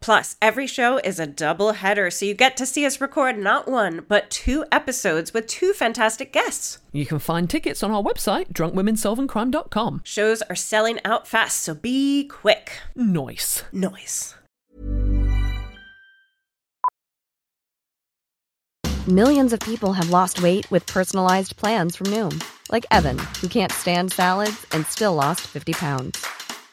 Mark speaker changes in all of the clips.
Speaker 1: Plus, every show is a double header, so you get to see us record not one, but two episodes with two fantastic guests.
Speaker 2: You can find tickets on our website, drunkwomensolvingcrime.com.
Speaker 1: Shows are selling out fast, so be quick.
Speaker 2: Nice.
Speaker 1: Noise.
Speaker 3: Millions of people have lost weight with personalized plans from Noom, like Evan, who can't stand salads and still lost 50 pounds.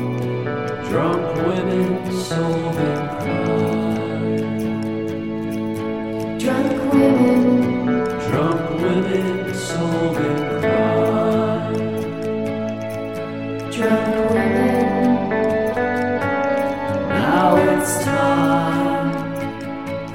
Speaker 4: Drunk women solving crime.
Speaker 5: Drunk women,
Speaker 4: Drunk women solving crime.
Speaker 5: drunk women,
Speaker 4: Now it's time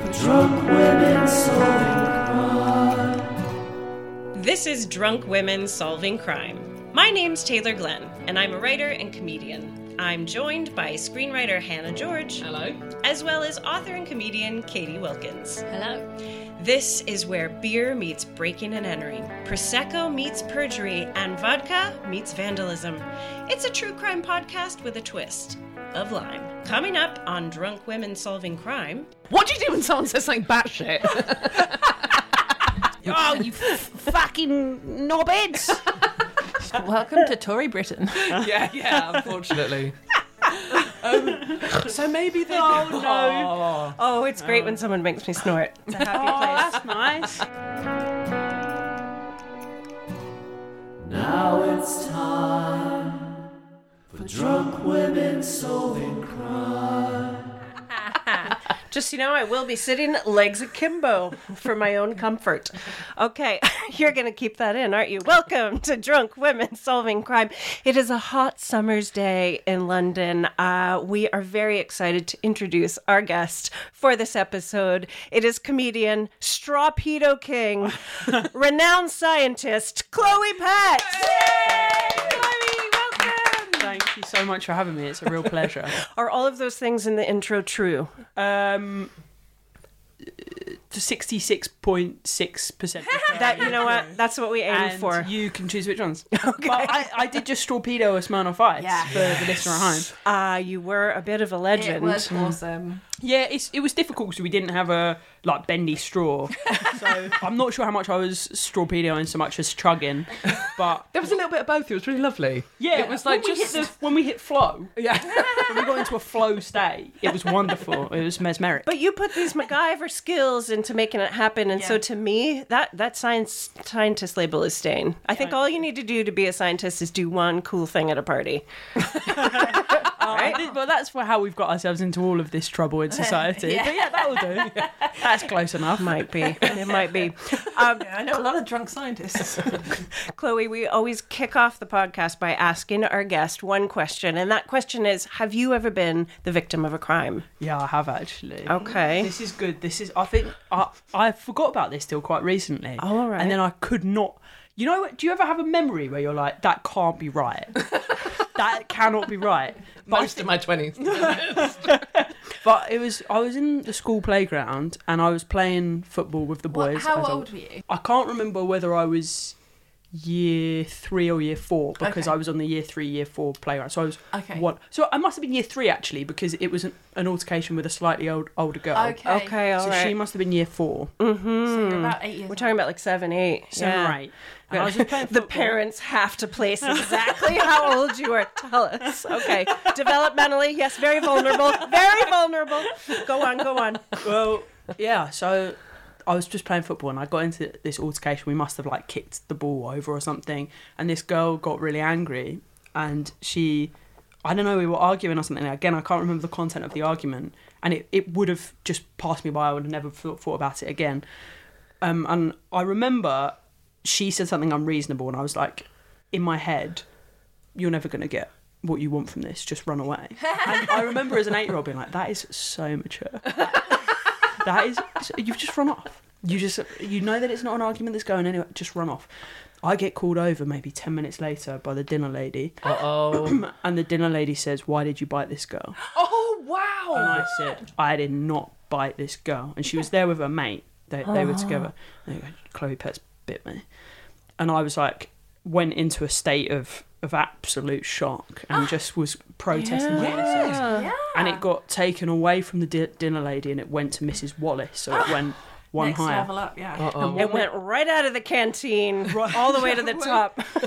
Speaker 4: for drunk women solving crime.
Speaker 1: This is Drunk Women Solving Crime. My name's Taylor Glenn, and I'm a writer and comedian. I'm joined by screenwriter Hannah George. Hello. As well as author and comedian Katie Wilkins. Hello. This is where beer meets breaking and entering, Prosecco meets perjury, and vodka meets vandalism. It's a true crime podcast with a twist of lime. Coming up on Drunk Women Solving Crime.
Speaker 2: What do you do when someone says something batshit?
Speaker 6: Oh, you f- fucking knobheads! Welcome to Tory Britain.
Speaker 2: yeah, yeah, unfortunately. so maybe they.
Speaker 1: Oh, no. Oh, it's great when someone makes me snort. It's a happy place.
Speaker 6: that's nice.
Speaker 4: Now it's time for drunk women solving crime.
Speaker 1: Just so you know, I will be sitting legs akimbo for my own comfort. Okay, you're going to keep that in, aren't you? Welcome to Drunk Women Solving Crime. It is a hot summer's day in London. Uh, we are very excited to introduce our guest for this episode. It is comedian, straw pedo king, renowned scientist, Chloe Pat.
Speaker 6: Thank you so much for having me. It's a real pleasure.
Speaker 1: Are all of those things in the intro true?
Speaker 6: Um, to sixty-six point six percent.
Speaker 1: That you know what? That's what we aim
Speaker 6: And
Speaker 1: for.
Speaker 6: you can choose which ones. But I, I did just torpedo a smile of ice for the listener at home. um,
Speaker 1: uh, you were a bit of a legend.
Speaker 7: It was awesome.
Speaker 6: Yeah, it's, it was difficult because we didn't have a like bendy straw. so I'm not sure how much I was torpedoing so much as chugging. But
Speaker 2: There was a little bit of both. It was really lovely.
Speaker 6: yeah,
Speaker 2: it was like
Speaker 6: when
Speaker 2: just
Speaker 6: we hit the, when we hit flow.
Speaker 2: yeah.
Speaker 6: when we got into a flow state, it was wonderful. It was mesmeric.
Speaker 1: But you put these MacGyver skills into making it happen, and so
Speaker 6: Yeah.
Speaker 1: to me, that that science scientist label is staying. I think all you need to do to be a scientist is do one cool thing at a party.
Speaker 6: Right? Th- But that's for how we've got ourselves into all of this trouble in society. But yeah, that will do. That's close enough.
Speaker 1: Might be, it might be. Um,
Speaker 7: I know a lot of drunk scientists.
Speaker 1: Chloe, we always kick off the podcast by asking our guest one question, and that question is: Have you ever been the victim of a crime?
Speaker 6: Yeah, I have actually.
Speaker 1: Okay.
Speaker 6: This is good. This is. I think I I forgot about this till quite recently.
Speaker 1: Oh, all right.
Speaker 6: And then I could not. You know, do you ever have a memory where you're like, that can't be right? that cannot be right. But I
Speaker 7: Most of my 20s.
Speaker 6: But it was I was in the school playground and I was playing football with the boys.
Speaker 8: What, how
Speaker 6: as I-
Speaker 8: old were you?
Speaker 6: I can't remember whether I was year three or year four because
Speaker 8: Okay.
Speaker 6: I was on the year three, year four playground. So I was
Speaker 8: Okay.
Speaker 6: one. So I must have been year three actually because it was an, an altercation with a slightly old older girl.
Speaker 8: Okay.
Speaker 1: Okay, all
Speaker 6: So
Speaker 1: right.
Speaker 6: she must have been year four,
Speaker 8: So
Speaker 6: Hmm.
Speaker 8: you're about eight years
Speaker 1: We're talking about like seven, eight.
Speaker 6: seven
Speaker 1: yeah.
Speaker 6: or eight. And I was just playing
Speaker 1: the
Speaker 6: football.
Speaker 1: parents have to place exactly how old you are. Tell us. Okay. Developmentally, yes, very vulnerable. Very vulnerable. Go on, go on.
Speaker 6: well, yeah. So I was just playing football and I got into this altercation. We must have like kicked the ball over or something. And this girl got really angry and she, I don't know, we were arguing or something. Again, I can't remember the content of the argument. And it, it would have just passed me by. I would have never thought, thought about it again. Um, and I remember she said something unreasonable and I was like, in my head, you're never going to get what you want from this. Just run away. and I remember as an eight year old being like, that is so mature that is you've just run off you just you know that it's not an argument that's going anywhere just run off i get called over maybe 10 minutes later by the dinner lady
Speaker 2: Oh,
Speaker 6: and the dinner lady says why did you bite this girl
Speaker 7: Oh, wow.
Speaker 6: and i said i did not bite this girl and she was there with her mate they, they were together And they go, chloe pets bit me and i was like went into a state of of absolute shock and just was protesting my innocence
Speaker 7: Yeah.
Speaker 6: and it got taken away from the di- dinner lady and it went to Mrs. Wallace, so it went one
Speaker 7: Next
Speaker 6: higher.
Speaker 7: level up, yeah.
Speaker 1: It went right out of the canteen, all the way to the top.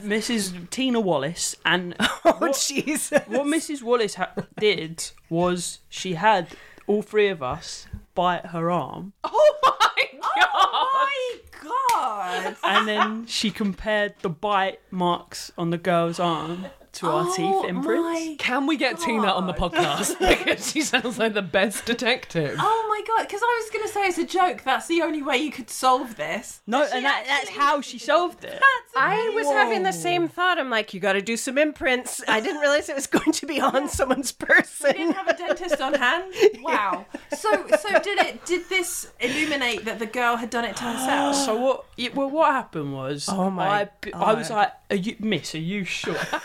Speaker 6: Mrs. Tina Wallace, and
Speaker 1: Oh, Jesus.
Speaker 6: what Mrs. Wallace ha- did was she had all three of us bite her arm,
Speaker 7: Oh my god! Oh my god!
Speaker 6: and then she compared the bite marks on the girl's arm to our
Speaker 1: Oh
Speaker 6: teeth imprints.
Speaker 2: can we get Tina on the podcast because she sounds like the best detective?
Speaker 7: Oh my god! Because I was going to say it's a joke. That's the only way you could solve this.
Speaker 6: No, and that, that's how she solved it.
Speaker 1: I was having the same thought. I'm like, you got to do some imprints. I didn't realize it was going to be on someone's person.
Speaker 7: Didn't have a dentist on hand. Wow. So, so did it? Did this illuminate that the girl had done it to herself?
Speaker 6: So what? yeah, well, what happened was,
Speaker 1: Oh my
Speaker 6: I, b- I was like, are you, "Miss, are you sure?" Again,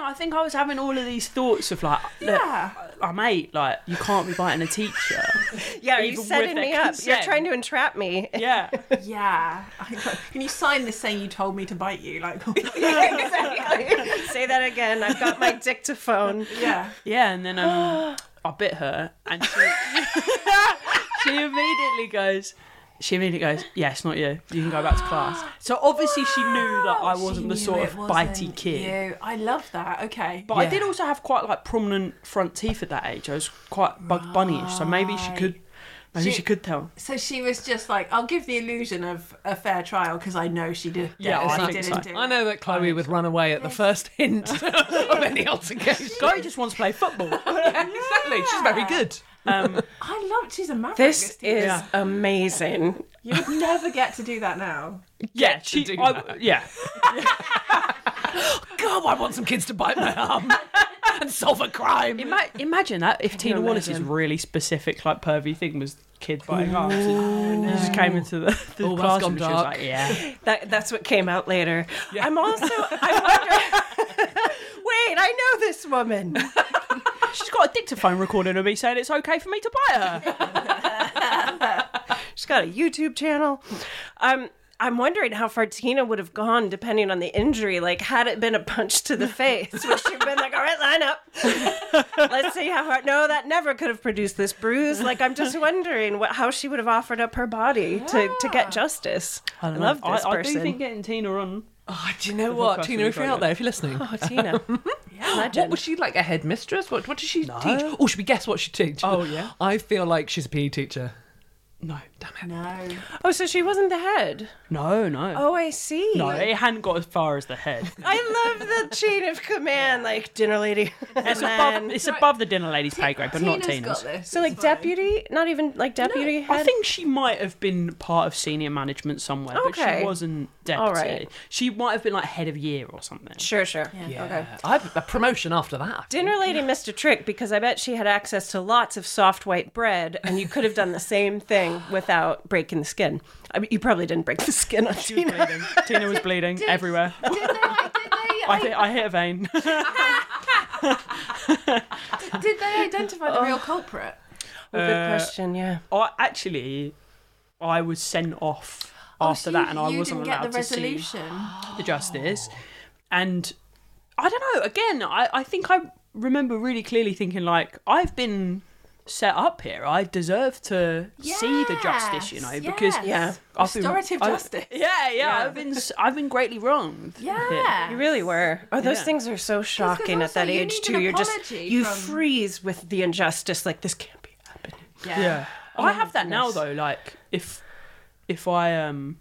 Speaker 6: I think I was having all of these thoughts of like, look,
Speaker 7: Yeah.
Speaker 6: I'm eight. uh, Like, you can't be biting a teacher.
Speaker 1: Yeah, you
Speaker 6: Even
Speaker 1: setting
Speaker 6: with
Speaker 1: me
Speaker 6: their
Speaker 1: up. You're
Speaker 6: consent.
Speaker 1: trying to entrap me.
Speaker 6: yeah,
Speaker 7: Yeah. I- Can you sign this saying you told me to bite you? Like,
Speaker 1: Say that again. I've got my dictaphone.
Speaker 7: yeah.
Speaker 6: yeah. And then um, I bit her, and she, she immediately goes. She immediately goes, "Yeah, it's not you. You can go back to class." So obviously she knew that I wasn't the
Speaker 7: She
Speaker 6: sort
Speaker 7: knew
Speaker 6: of
Speaker 7: it
Speaker 6: bitey
Speaker 7: wasn't
Speaker 6: kid.
Speaker 7: you. I love that. Okay.
Speaker 6: But I did also have quite like prominent front teeth at that age. I was quite bug bunnyish, so maybe she could, maybe
Speaker 7: She-
Speaker 6: she could tell.
Speaker 7: So she was just like, I'll give the illusion of a fair trial because I know she did.
Speaker 6: Yeah,
Speaker 7: she
Speaker 6: I
Speaker 7: didn't
Speaker 6: think
Speaker 7: do
Speaker 6: so.
Speaker 7: it.
Speaker 2: I know that Chloe would run away at the first hint of any altercation.
Speaker 6: Chloe just wants to play football.
Speaker 2: exactly, she's very good.
Speaker 7: I love. She's a maverick.
Speaker 1: This
Speaker 7: teacher.
Speaker 1: is amazing.
Speaker 7: You would never get to do that now.
Speaker 6: yeah, she.
Speaker 2: do
Speaker 6: I-
Speaker 2: that.
Speaker 6: yeah,
Speaker 2: God, I want some kids to bite my arm and solve a crime.
Speaker 6: Ima- imagine that if Tina Wallace's really specific, like pervy thing was kid biting arms. and She just came into the, the
Speaker 2: Oh, that's gone
Speaker 6: classroom. and She was
Speaker 2: dark.
Speaker 6: like, "Yeah,
Speaker 1: That, that's what came out later. I'm also, I wonder, wait, I know this woman.
Speaker 6: she's got a dictaphone recording of me saying it's okay for me to bite her."
Speaker 1: She's got a YouTube channel. Um, I'm wondering how far Tina would have gone depending on the injury. Like, had it been a punch to the face, would she have been like, all right, line up. Let's see how hard. No, that never could have produced this bruise. Like, I'm just wondering what, how she would have offered up her body to, to get justice. I,
Speaker 6: don't know.
Speaker 1: love this
Speaker 6: I,
Speaker 1: person.
Speaker 6: I do think getting Tina on.
Speaker 2: Oh, do you know what,
Speaker 6: podcast
Speaker 2: Tina?
Speaker 6: we've
Speaker 2: If you're
Speaker 6: got
Speaker 2: out there, if you're listening,
Speaker 1: oh, Tina.
Speaker 2: what was she like? A headmistress? What? What did she teach? Oh, should we guess what she teach?
Speaker 6: Oh, yeah.
Speaker 2: I feel like she's a PE teacher.
Speaker 6: No,
Speaker 7: No.
Speaker 1: Oh, so she wasn't the head.
Speaker 6: no, no.
Speaker 1: Oh, I see.
Speaker 6: No, it hadn't got as far as the head.
Speaker 1: I love the chain of command, like dinner lady. And
Speaker 6: It's, above,
Speaker 1: then,
Speaker 6: it's above the dinner lady's pay grade, but not
Speaker 7: Tina's
Speaker 6: Tina's.
Speaker 7: got this.
Speaker 1: so, like, deputy, not even like deputy head.
Speaker 6: I think she might have been part of senior management somewhere, but
Speaker 1: Okay.
Speaker 6: she wasn't deputy.
Speaker 1: All right.
Speaker 6: She might have been like head of year or something.
Speaker 1: Sure, sure.
Speaker 2: Okay. I have a promotion after that.
Speaker 1: Dinner lady missed a trick because I bet she had access to lots of soft white bread, and you could have done the same thing without breaking the skin. I mean, you probably didn't break the skin on
Speaker 6: She was
Speaker 1: Tina.
Speaker 6: bleeding. Tina was bleeding everywhere.
Speaker 8: Did they, did they
Speaker 6: I, hit, I hit a vein.
Speaker 7: uh, Did they identify the
Speaker 1: Oh.
Speaker 7: real culprit?
Speaker 1: Well, good
Speaker 6: Uh,
Speaker 1: question. Yeah.
Speaker 6: I actually, I was sent off
Speaker 7: Oh,
Speaker 6: after
Speaker 7: so
Speaker 6: that,
Speaker 7: you-
Speaker 6: and I
Speaker 7: you
Speaker 6: wasn't
Speaker 7: didn't get
Speaker 6: allowed
Speaker 7: the
Speaker 6: to see
Speaker 7: resolution.
Speaker 6: the justice. And I don't know. Again, I, I think I remember really clearly thinking like I've been set up here. I deserve to see the justice, you know,
Speaker 7: Yes,
Speaker 6: because
Speaker 7: yes.
Speaker 1: Yeah.
Speaker 6: I've been-
Speaker 7: Restorative
Speaker 6: I've-
Speaker 7: justice.
Speaker 6: Yeah, yeah, I've been s- I've been greatly wronged. here.
Speaker 7: Yeah.
Speaker 1: You really were. Oh, those
Speaker 6: Yeah.
Speaker 1: things are so shocking at
Speaker 7: also
Speaker 1: that
Speaker 7: you
Speaker 1: age
Speaker 7: need
Speaker 1: too.
Speaker 7: an
Speaker 1: You're just
Speaker 7: apology
Speaker 1: you
Speaker 7: from-
Speaker 1: freeze with the injustice. Like this can't be happening.
Speaker 6: Yeah. Oh, I have that now though, like if if I um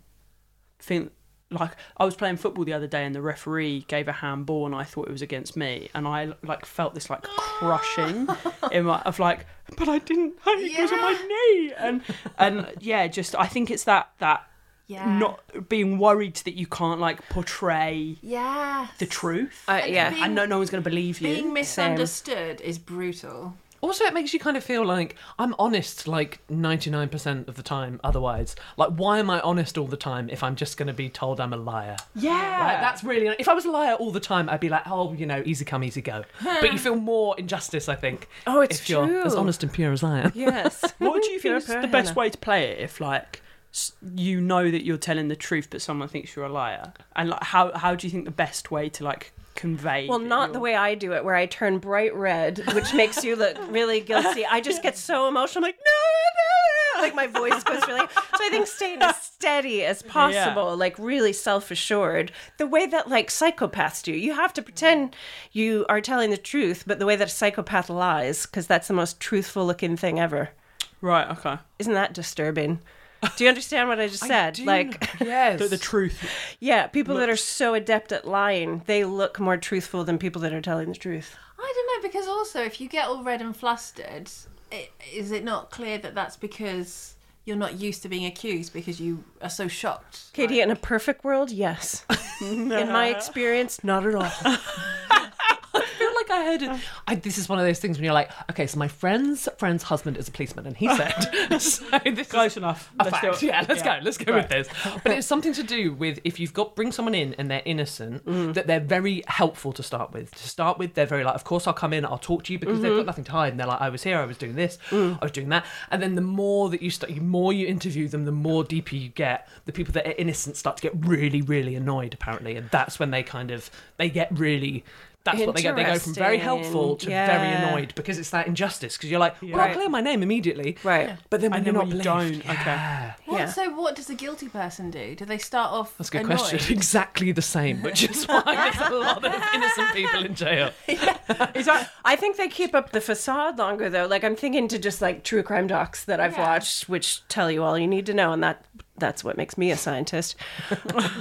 Speaker 6: think like I was playing football the other day and the referee gave a handball and I thought it was against me and I like felt this like crushing in my of like but I didn't I it was on my knee and and yeah just I think it's that that
Speaker 7: Yeah.
Speaker 6: not being worried that you can't like portray
Speaker 7: Yeah.
Speaker 6: the truth
Speaker 1: Uh, yeah.
Speaker 7: being-
Speaker 6: and no no one's going to believe you
Speaker 7: Oh, Being misunderstood is brutal.
Speaker 2: Also, it makes you kind of feel like I'm honest like 99% of the time otherwise. Like, why am I honest all the time if I'm just going to be told I'm a liar?
Speaker 6: yeah
Speaker 2: Like, that's really. If I was a liar all the time, I'd be like, oh, you know, easy come, easy go. but you feel more injustice, I think.
Speaker 1: Oh, it's
Speaker 2: if you're as
Speaker 1: true.
Speaker 2: honest and pure as I am.
Speaker 1: Yes.
Speaker 6: What do you
Speaker 1: You're
Speaker 6: think
Speaker 1: a
Speaker 6: is the
Speaker 1: pair,
Speaker 6: best
Speaker 1: Hannah.
Speaker 6: way to play it if like s- you know that you're telling the truth but someone thinks you're a liar? And like how how do you think the best way to like convey
Speaker 1: Well,
Speaker 6: that
Speaker 1: not
Speaker 6: you're-
Speaker 1: the way I do it, where I turn bright red, which makes you look really guilty. I just get so emotional. I'm like, no, no, no. Like my voice goes really. So I think staying as steady as possible, like really self assured, the way that like psychopaths do. You have to pretend you are telling the truth, but the way that a psychopath lies, because that's the most truthful looking thing ever.
Speaker 6: Right, okay.
Speaker 1: Isn't that disturbing? Do you understand what I just said? like,
Speaker 2: yes.
Speaker 6: The, the truth.
Speaker 1: yeah, people that are so adept at lying, they look more truthful than people that are telling the truth.
Speaker 7: I don't know because also if you get all red and flustered, i is it not clear that that's because you're not used to being accused because you are so shocked?
Speaker 1: Katie, in a perfect world, yes. In my experience, not at all.
Speaker 2: I feel like I heard
Speaker 1: Oh.
Speaker 2: it. I, this is one of those things when you're like, okay, so my friend's friend's husband is a policeman, and he said, so this
Speaker 6: Close
Speaker 2: is
Speaker 6: enough.
Speaker 2: a
Speaker 6: Let's do
Speaker 2: fact.
Speaker 6: it.
Speaker 2: Yeah, let's
Speaker 6: Yeah.
Speaker 2: go. Let's go with this. But it's something to do with if you've got bring someone in and they're innocent,
Speaker 1: Mm.
Speaker 2: that they're very helpful to start with. To start with, they're very like, of course I'll come in, I'll talk to you because
Speaker 1: Mm-hmm.
Speaker 2: they've got nothing to hide, and they're like, I was here, I was doing this,
Speaker 1: Mm.
Speaker 2: I was doing that. And then the more that you start, the more you interview them, the more deeper you get. The people that are innocent start to get really, really annoyed, apparently, and that's when they kind of they get really. That's what they get. They go from very helpful to
Speaker 1: Interesting.
Speaker 2: very
Speaker 1: Yeah.
Speaker 2: annoyed because it's that injustice. Because you're like, well, I'll
Speaker 1: Right.
Speaker 2: clear my name immediately.
Speaker 1: Right.
Speaker 2: But then when
Speaker 6: And
Speaker 2: you're
Speaker 6: then
Speaker 2: not
Speaker 6: when you
Speaker 2: believed,
Speaker 6: don't, okay.
Speaker 2: yeah.
Speaker 7: What,
Speaker 1: Yeah.
Speaker 7: So what does a guilty person do? Do they start off?
Speaker 2: That's a good
Speaker 7: annoyed?
Speaker 2: question. Exactly the same, which is why there's a lot of innocent people in jail.
Speaker 1: Is that- I think they keep up the facade longer, though. Like, I'm thinking to just like true crime docs that I've
Speaker 7: Yeah.
Speaker 1: watched, which tell you all you need to know, and that. That's what makes me a scientist.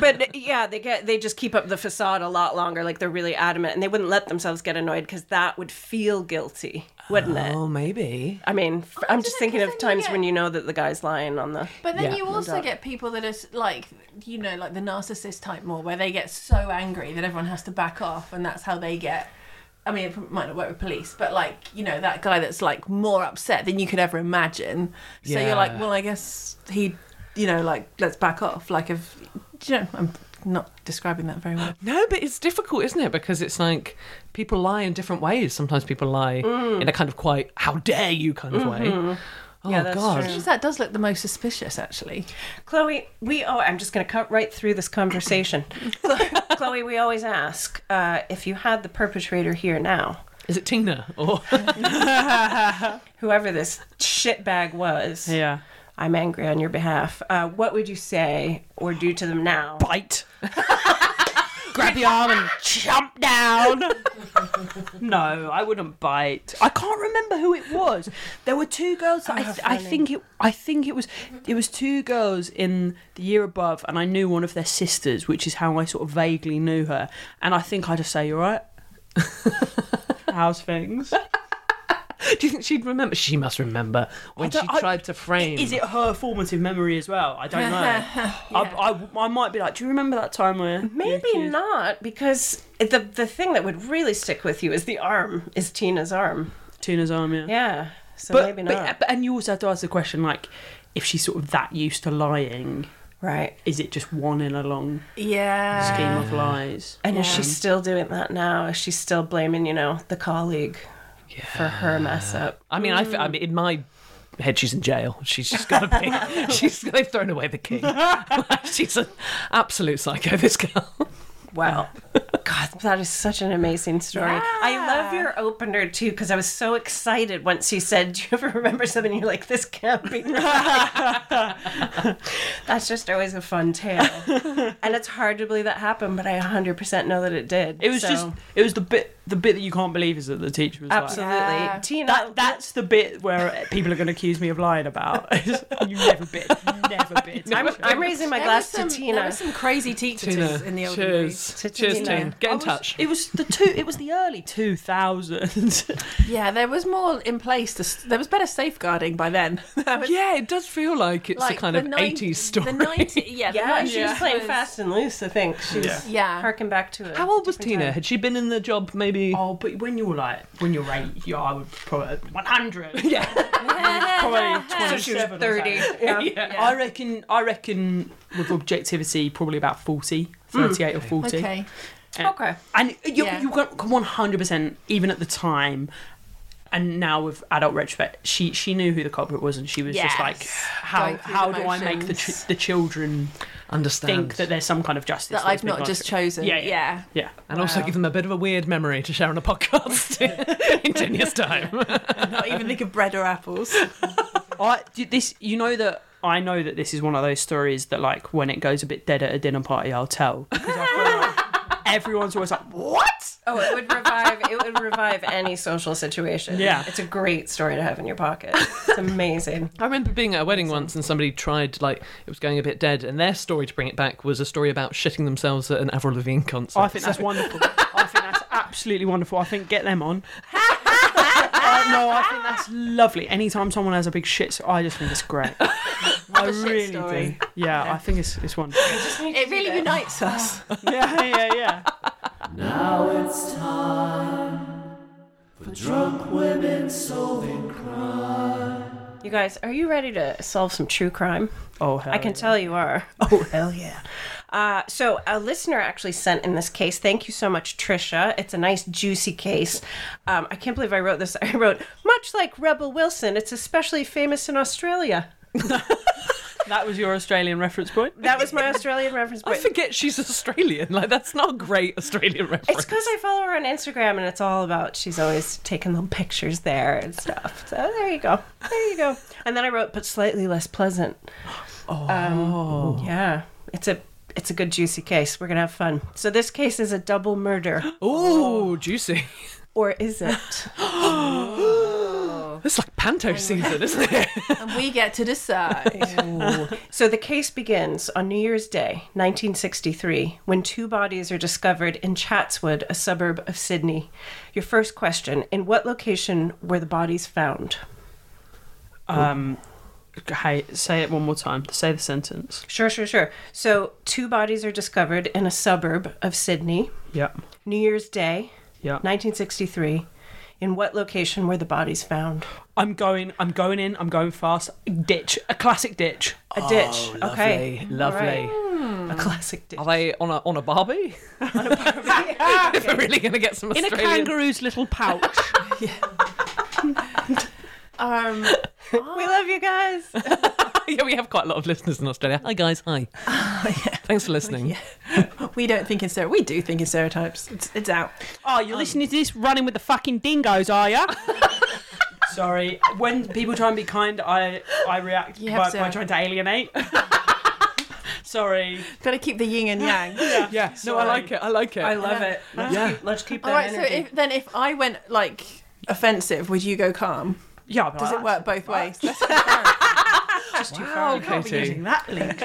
Speaker 1: but yeah, they get they just keep up the facade a lot longer like they're really adamant and they wouldn't let themselves get annoyed cuz that would feel guilty, wouldn't it?
Speaker 2: Oh, maybe.
Speaker 1: I mean, f- I'm
Speaker 7: don't
Speaker 1: just
Speaker 7: know,
Speaker 1: thinking
Speaker 7: Oh, 'cause
Speaker 1: of
Speaker 7: then you
Speaker 1: times when
Speaker 7: get-
Speaker 1: you know that the guy's lying on the
Speaker 7: But then
Speaker 2: Yeah.
Speaker 7: you also get people that are s- like, you know, like the narcissist type more, where they get so angry that everyone has to back off, and that's how they get. I mean, it might not work with police, but like, you know, that guy that's like more upset than you could ever imagine. So
Speaker 2: Yeah.
Speaker 7: you're like, well, I guess he, you know, like, let's back off. Like, if, do you know, I'm not describing that very well.
Speaker 2: No, but it's difficult, isn't it? Because it's like people lie in different ways. Sometimes people lie in a kind of quite "how dare you" kind of way. Oh
Speaker 1: Yeah, that's
Speaker 2: God.
Speaker 1: true.
Speaker 7: That does look the most suspicious, actually.
Speaker 1: Chloe, we oh, I'm just going to cut right through this conversation. Chloe, we always ask uh, if you had the perpetrator here now,
Speaker 2: Is it Tina or
Speaker 1: whoever this shitbag was.
Speaker 6: Yeah.
Speaker 1: I'm angry on your behalf. Uh, what would you say or do to them now?
Speaker 6: Bite. Grab your arm and jump down. no, I wouldn't bite. I can't remember who it was. There were two girls. That I, th- I think it. I think it was. It was two girls in the year above, and I knew one of their sisters, which is how I sort of vaguely knew her. And I think I just say, "You're right." How's things?
Speaker 2: do you think she'd remember? She must remember when she
Speaker 6: don't- I-
Speaker 2: tried to frame.
Speaker 6: Is it her formative memory as well? I don't know. I, I, I might be like, do you remember that time where? you
Speaker 1: Maybe
Speaker 6: accused-"
Speaker 1: not, because the the thing that would really stick with you is the arm, is Tina's arm.
Speaker 6: Tina's arm, yeah.
Speaker 1: Yeah. So maybe not.
Speaker 6: But, and you also have to ask the question like, if she's sort of that used to lying,
Speaker 1: Right.
Speaker 6: Is it just one in a long
Speaker 7: Yeah.
Speaker 6: scheme of lies?
Speaker 1: And is she still doing that now? Is she still blaming, you know, the colleague for her mess up?
Speaker 2: I mean, I, fe- I mean, in my head, she's in jail. She's just got to be. she's they've thrown away the key. she's an absolute psycho. This girl.
Speaker 1: Wow. God, that is such an amazing story. I love your opener too, because I was so excited once you said, Do you ever remember something? You're like, This can't be right." That's just always a fun tale. and it's hard to believe that happened, but I 100% know that it did.
Speaker 6: It was
Speaker 1: So,
Speaker 6: just it was the bit the bit that you can't believe is that the teacher was like
Speaker 1: Absolutely.
Speaker 7: Yeah.
Speaker 1: Tina.
Speaker 6: that that's the bit where people are going to accuse me of lying about. you never bit, you never bit.
Speaker 1: I'm, I'm raising my
Speaker 7: There
Speaker 1: glass
Speaker 7: was some,
Speaker 1: to
Speaker 7: There
Speaker 1: Tina.
Speaker 7: were some crazy teachers in the old
Speaker 2: cheers,
Speaker 1: To
Speaker 2: cheers,
Speaker 1: Tina.
Speaker 2: Tina. Get
Speaker 6: I
Speaker 2: in
Speaker 6: was-
Speaker 2: touch.
Speaker 6: It was the two. It was the early two thousands.
Speaker 7: days. Yeah, there was more in place. To, s- there was better safeguarding by then. There was,
Speaker 2: yeah, it does feel like it's a kind
Speaker 7: the
Speaker 2: of
Speaker 7: nine-
Speaker 2: eighties story.
Speaker 7: The 90, yeah, the
Speaker 1: yeah,
Speaker 7: 90s
Speaker 1: she was playing fast and loose, I think. She was
Speaker 7: Yeah.
Speaker 1: harking back to it.
Speaker 2: How old was Tina? Had she been in the job maybe?
Speaker 6: oh, but when you're like when you're eight, you I would probably one hundred.
Speaker 2: yeah.
Speaker 6: probably
Speaker 1: So she was
Speaker 6: 27 or
Speaker 1: 30. Yeah.
Speaker 6: I reckon. I reckon with objectivity, probably about 40, 38 or forty.
Speaker 7: Hmm. Okay.
Speaker 1: Okay.
Speaker 6: And you
Speaker 7: Yeah.
Speaker 6: you got one hundred percent even at the time. And now with adult retrospect, she she knew who the culprit was, and she was just like,
Speaker 7: Yes.
Speaker 6: how
Speaker 7: Going through
Speaker 6: how
Speaker 7: the
Speaker 6: do I make the
Speaker 7: motions.
Speaker 6: ch- the children
Speaker 2: Understand.
Speaker 6: think that there's some kind of justice
Speaker 7: That
Speaker 6: that's
Speaker 7: I've
Speaker 6: been
Speaker 7: not
Speaker 6: gone
Speaker 7: just
Speaker 6: through?
Speaker 7: chosen.
Speaker 6: Yeah, yeah.
Speaker 7: yeah.
Speaker 6: Yeah.
Speaker 2: and also
Speaker 7: Wow.
Speaker 2: give them a bit of a weird memory to share on a podcast in ten years' time.
Speaker 7: Not even think of bread or apples.
Speaker 6: I do this. You know that I know that this is one of those stories that, like, when it goes a bit dead at a dinner party, I'll tell. Because I feel like everyone's always like, "What?"
Speaker 1: Oh, it would revive. It would revive any social situation.
Speaker 6: Yeah.
Speaker 1: it's a great story to have in your pocket. It's amazing.
Speaker 2: I remember being at a wedding once and somebody tried like it was going a bit dead, and their story to bring it back was a story about shitting themselves at an Avril Lavigne concert.
Speaker 6: I think that's wonderful. I think that's absolutely wonderful. I think get them on. I, no, I think that's lovely. Anytime someone has a big shit, so I just think it's great. I
Speaker 7: shit
Speaker 6: really
Speaker 7: story.
Speaker 6: do. Yeah, I think it's it's wonderful.
Speaker 7: It really unites us.
Speaker 6: yeah, yeah, yeah.
Speaker 4: Now it's time for drunk women solving crime.
Speaker 1: You guys, are you ready to solve some true crime?
Speaker 6: Oh hell.
Speaker 1: I can tell you are. Oh hell yeah! Uh, so a listener actually sent in this case. Thank you so much, Trisha. It's a nice juicy case. Um, I can't believe I wrote this. I wrote much like Rebel Wilson. It's especially famous in Australia.
Speaker 6: That was your Australian reference point.
Speaker 1: That was my Australian reference.
Speaker 2: I
Speaker 1: point.
Speaker 2: forget she's Australian. Like that's not a great Australian reference.
Speaker 1: It's because I follow her on Instagram, and it's all about she's always taking little pictures there and stuff. So there you go, there you go. And then I wrote, but slightly less pleasant. Oh, yeah. It's a it's a good juicy case. We're gonna have fun. So this case is a double murder,
Speaker 2: Ooh, juicy.
Speaker 1: or is it?
Speaker 2: It's like panto season, isn't it?
Speaker 7: And we get to decide.
Speaker 1: So the case begins on New Year's Day, 1963, when two bodies are discovered in Chatswood, a suburb of Sydney. Your first question: In what location were the bodies found?
Speaker 6: Um, hey, say it one more time. Say the sentence.
Speaker 1: Sure, sure, sure. So, two bodies are discovered in a suburb of Sydney,
Speaker 6: Yeah.
Speaker 1: New Year's Day,
Speaker 6: Yeah.
Speaker 1: 1963. In what location were the bodies found?
Speaker 6: I'm going. I'm going in. I'm going fast. Ditch. A classic ditch.
Speaker 1: A ditch. Okay.
Speaker 2: lovely.
Speaker 1: A classic ditch.
Speaker 2: Are they on a on a Barbie? if we're really gonna get some
Speaker 6: In a
Speaker 2: Australian.
Speaker 6: kangaroo's little pouch.
Speaker 7: um,
Speaker 1: We love you guys.
Speaker 2: yeah, we have quite a lot of listeners in Australia. Hi guys, hi. Thanks for listening.
Speaker 7: we don't think in stereotypes. We do think in stereotypes. It's, it's out.
Speaker 6: Oh, you're listening to this running with the fucking dingoes, are you? Sorry, when people try and be kind, I I react
Speaker 7: You have
Speaker 6: by,
Speaker 7: to-
Speaker 6: by trying to alienate. Sorry.
Speaker 7: Got to keep the yin and yang.
Speaker 6: Yeah.
Speaker 2: No, I like it. I like it.
Speaker 1: I love it. Let's
Speaker 2: Yeah.
Speaker 1: keep, let's keep that
Speaker 7: All right.
Speaker 1: energy.
Speaker 7: So if, then, if I went like offensive, would you go calm?
Speaker 6: Yeah. but
Speaker 7: Does
Speaker 6: I-
Speaker 7: it work both ways?
Speaker 2: wow,
Speaker 6: I'll be using that link.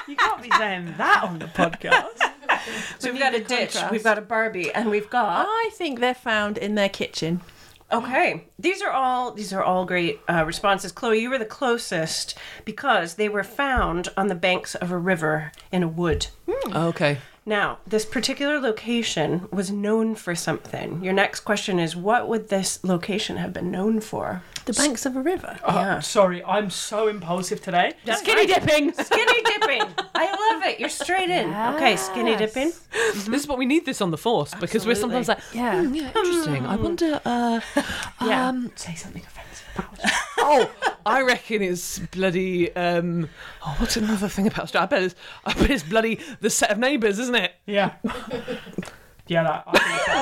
Speaker 6: you can't be saying that on the podcast.
Speaker 1: So we've got a ditch, we've got a Barbie, and we've got
Speaker 7: I think they're found in their kitchen. Oh.
Speaker 1: Okay, these are all these are all great uh, responses. Chloe, you were the closest because they were found on the banks of a river in a wood.
Speaker 2: Oh, Okay.
Speaker 1: Now, this particular location was known for something. Your next question is what would this location have been known for?
Speaker 7: The banks of a river.
Speaker 1: yeah.
Speaker 6: Uh, Sorry, I'm so impulsive today.
Speaker 1: Skinny dipping. Skinny dipping. I love it. You're straight in. Okay, skinny dipping.
Speaker 2: This is what we need this on the force because we're sometimes like,
Speaker 7: Yeah.
Speaker 2: "Hmm, yeah, interesting. I wonder. Uh,
Speaker 1: Yeah.
Speaker 2: um,
Speaker 6: Say something offensive.
Speaker 2: oh, I reckon it's bloody. Um, oh, what's another thing about Australia? I bet it's, I bet it's bloody the set of neighbours, isn't it?
Speaker 6: Yeah. yeah,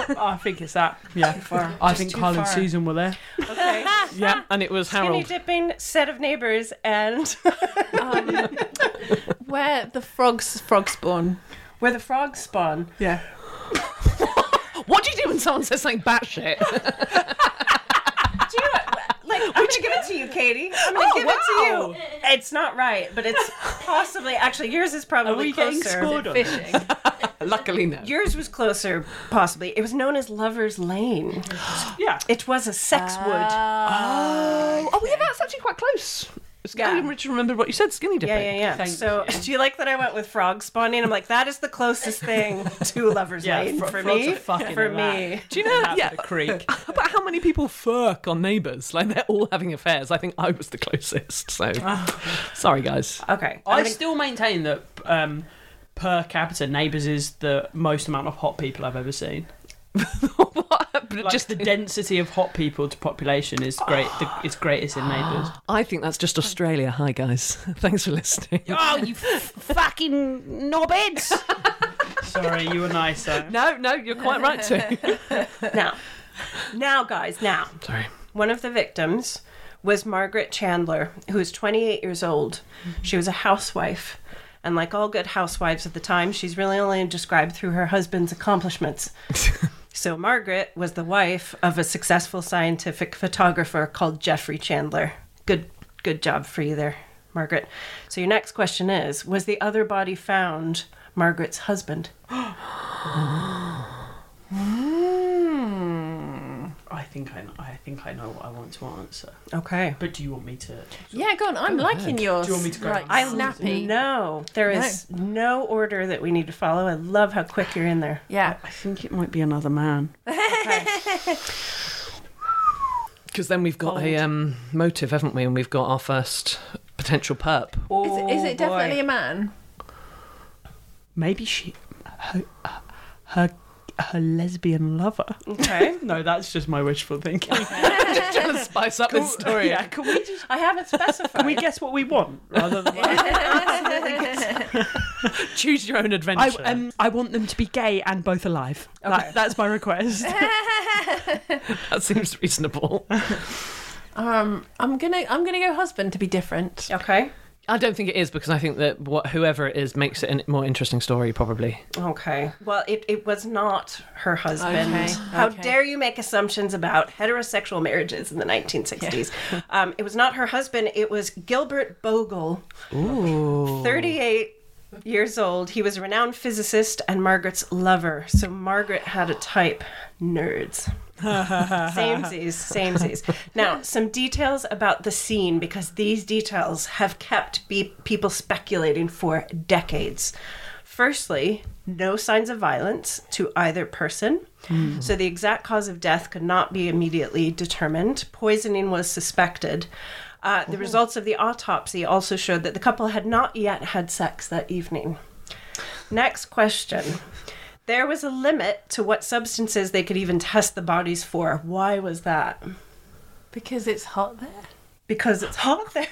Speaker 6: that, I, think it's that. I think it's that. Yeah. I think Carl and Susan were there.
Speaker 1: Okay.
Speaker 2: Yeah, and it was
Speaker 1: skinny
Speaker 2: Harold.
Speaker 1: dipping, set of neighbors, and
Speaker 7: Where the frogs frog spawn.
Speaker 1: where the frogs spawn.
Speaker 6: Yeah.
Speaker 2: What do you do when someone says something batshit?
Speaker 1: Do you know what? Like, I'm gonna give it to you, Katie. I'm gonna
Speaker 6: Oh,
Speaker 1: give it to you. It's not right, but it's possibly actually yours is probably
Speaker 6: Are we getting
Speaker 1: closer.
Speaker 6: scored on? this?
Speaker 7: Fishing.
Speaker 2: Luckily, no.
Speaker 1: Yours was closer, possibly. It was known as Lover's Lane.
Speaker 6: Yeah.
Speaker 1: It was a sex
Speaker 7: Uh,
Speaker 1: wood.
Speaker 7: Ah.
Speaker 2: Oh, oh, yeah, that's actually quite close. Skinny
Speaker 1: Yeah.
Speaker 2: Richard remembered what you said. Skinny dipping.
Speaker 1: Yeah, yeah, yeah.
Speaker 6: Thank
Speaker 1: so, do you like that I went with frog spawning? I'm like, that is the closest thing to Lover's
Speaker 6: Yeah,
Speaker 1: Lane
Speaker 6: fro-
Speaker 1: for
Speaker 6: frogs
Speaker 1: me.
Speaker 6: are fucking
Speaker 1: for
Speaker 6: alive.
Speaker 1: me.
Speaker 2: Do you know?
Speaker 6: Out
Speaker 2: Yeah.
Speaker 6: the creek.
Speaker 2: About how many people fuck on neighbours? Like they're all having affairs. I think I was the closest. So,
Speaker 1: Ah.
Speaker 2: sorry guys.
Speaker 1: Okay.
Speaker 6: I
Speaker 1: I'm gonna-
Speaker 6: still maintain that um, per capita, Neighbours is the most amount of hot people I've ever seen.
Speaker 2: What? just
Speaker 6: Like, just the density of hot people to population is great. The, it's greatest in Neighbours.
Speaker 2: I think that's just Australia. Hi guys. Thanks for listening.
Speaker 6: Oh, you fucking knobheads! Sorry, you were nicer.
Speaker 2: No, no, you're quite right too.
Speaker 1: now, now, guys, now.
Speaker 2: sorry.
Speaker 1: One of the victims was Margaret Chandler, who was 28 years old. She was a housewife. And like all good housewives at the time, she's really only described through her husband's accomplishments. so, Margaret was the wife of a successful scientific photographer called Jeffrey Chandler. Good, good job for you there, Margaret. So, your next question is Was the other body found Margaret's husband?
Speaker 6: I think I, know, I think I know what I want to answer.
Speaker 1: Okay.
Speaker 6: But do you want me to?
Speaker 7: Yeah, go on. I'm liking yours.
Speaker 6: Do you want me to go
Speaker 7: Right,
Speaker 6: next?
Speaker 7: snappy.
Speaker 1: No, there is no order that we need to follow. I love how quick you're in there.
Speaker 7: Yeah.
Speaker 6: I think it might be another man.
Speaker 2: Because then we've got a um, motive, haven't we? And we've got our first potential perp.
Speaker 7: Is it, is it
Speaker 6: Oh,
Speaker 7: definitely a man?
Speaker 6: Maybe she, her, her, her lesbian lover.
Speaker 1: Okay.
Speaker 6: No, that's just my wishful thinking.
Speaker 2: just trying to spice up this story.
Speaker 6: yeah, can we just
Speaker 1: I haven't
Speaker 6: can
Speaker 1: specified.
Speaker 6: we guess what we want rather than?
Speaker 2: Choose your own adventure.
Speaker 6: I um, I want them to be gay and both alive. That, that's my request.
Speaker 2: that seems reasonable.
Speaker 7: Um, I'm gonna I'm gonna go husband to be different.
Speaker 1: okay.
Speaker 2: I don't think it is because I think that what whoever it is makes it a more interesting story, probably.
Speaker 1: Okay. Well, it, it was not her husband.
Speaker 7: Okay,
Speaker 1: How
Speaker 7: okay.
Speaker 1: dare you make assumptions about heterosexual marriages in the 1960s? um, it was not her husband. It was Gilbert Bogle,
Speaker 2: Ooh.
Speaker 1: 38 years old. He was a renowned physicist and Margaret's lover. So Margaret had a type nerds. samesies, samesies. Now, some details about the scene because these details have kept be- people speculating for decades. Firstly, no signs of violence to either person. So the exact cause of death could not be immediately determined. Poisoning was suspected. Uh, the results of the autopsy also showed that the couple had not yet had sex that evening. Next question. There was a limit to what substances they could even test the bodies for. Why was that?
Speaker 7: Because it's hot there.
Speaker 1: Because it's hot there.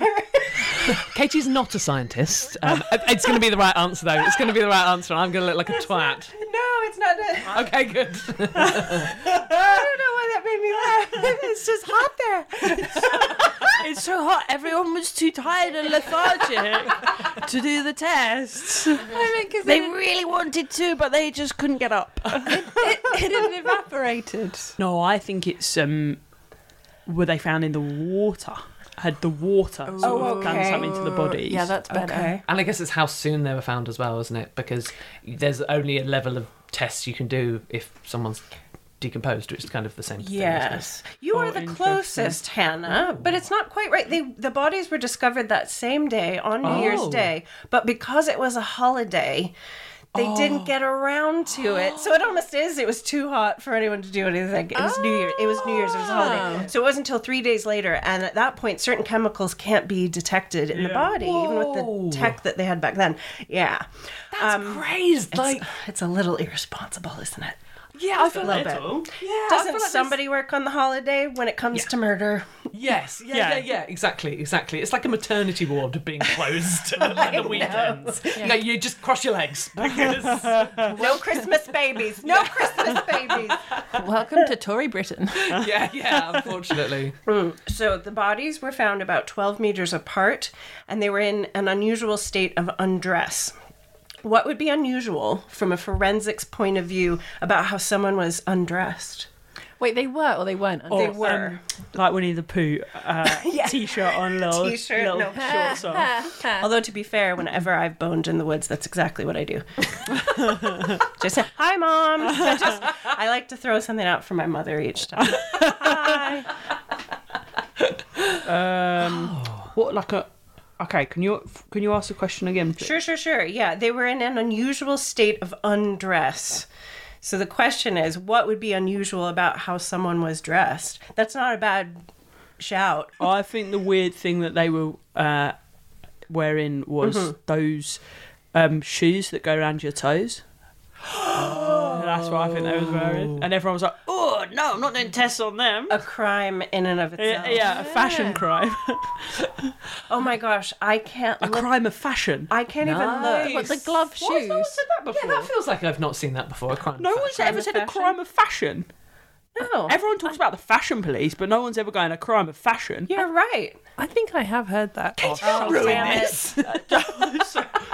Speaker 2: Katie's not a scientist. Um, it's going to be the right answer, though. It's going to be the right answer. and I'm going to look like a twat.
Speaker 1: no, it's not. that-
Speaker 2: Okay, good.
Speaker 1: I don't know why that made me laugh. It's just hot there.
Speaker 6: It's so hot. Everyone was too tired and lethargic to do the tests.
Speaker 7: I mean, because
Speaker 6: They really wanted to, but they just couldn't get up.
Speaker 7: it, it had evaporated.
Speaker 6: No, I think it's um, were they found in the water? Had the water sort of done
Speaker 1: okay.
Speaker 6: something to the bodies?
Speaker 7: Yeah, that's better.
Speaker 2: And I guess it's how soon they were found as well, isn't it? Because there's only a level of tests you can do if someone's decomposed, which is kind of the same thing. isn't it?
Speaker 1: Yes, you are the
Speaker 6: interesting.
Speaker 1: closest, Hannah, but it's not quite right. They the bodies were discovered that same day on New Year's
Speaker 2: Oh.
Speaker 1: Day, but because it was a holiday, they didn't get around to it. So it almost is. It was too hot for anyone to do anything. It was New Year. It was New Year's. It was a holiday. So it wasn't until three days later. And at that point, certain chemicals can't be detected in the body, even
Speaker 2: Whoa.
Speaker 1: with the tech that they had back then. Yeah, Um,
Speaker 2: That's crazed. Like,
Speaker 1: it's, it's a little irresponsible, isn't it?
Speaker 2: yeah, I feel
Speaker 1: little
Speaker 2: bit. Yeah, I feel
Speaker 1: Doesn't
Speaker 2: like there's-
Speaker 1: somebody work on the holiday when it comes to murder?
Speaker 2: Yes. Yeah, yeah. Yeah. Exactly. Exactly. It's like a maternity ward being closed on the weekends. No, you just cross your legs because
Speaker 1: No Christmas babies. No Christmas babies.
Speaker 7: Welcome to Tory Britain.
Speaker 2: yeah, yeah. Unfortunately.
Speaker 1: So the bodies were found about 12 meters apart and they were in an unusual state of undress. What would be unusual from a forensics point of view about how someone was undressed?
Speaker 7: Wait, they were or they weren't?
Speaker 1: They were.
Speaker 6: um, like Winnie the Pooh, uh, t-shirt on, little
Speaker 1: T-shirt,
Speaker 6: little
Speaker 1: no
Speaker 6: shorts on.
Speaker 1: Although, to be fair, whenever I've boned in the woods, that's exactly what I do. just say, hi, mom. I, just, I like to throw something out for my mother each time. hi.
Speaker 6: What like a? Okay, can you can you ask the question again? please?
Speaker 1: Sure, sure, sure. Yeah, they were in an unusual state of undress. So the question is, what would be unusual about how someone was dressed? That's not a bad shout.
Speaker 6: I think the weird thing that they were uh, wearing was those um, shoes that go around your toes. That's what I think they was wearing, and everyone was like, "Oh no, I'm not doing tests on them."
Speaker 1: A crime in and of itself.
Speaker 6: Uh, Yeah, yeah, a fashion crime,
Speaker 1: Oh my gosh, I can't
Speaker 6: a
Speaker 1: look.
Speaker 6: crime of fashion.
Speaker 1: I can't even look.
Speaker 7: What, the glove shoes?
Speaker 2: What, has no one said that before? Yeah, that feels like I've not seen that before. I can't.
Speaker 6: No one's ever
Speaker 1: of
Speaker 6: said a
Speaker 1: fashion?
Speaker 6: crime of fashion.
Speaker 1: No,
Speaker 6: Everyone talks about the fashion police, but no one's ever going a crime of fashion.
Speaker 1: you're right.
Speaker 7: I think I have heard that.
Speaker 1: Oh, damn it.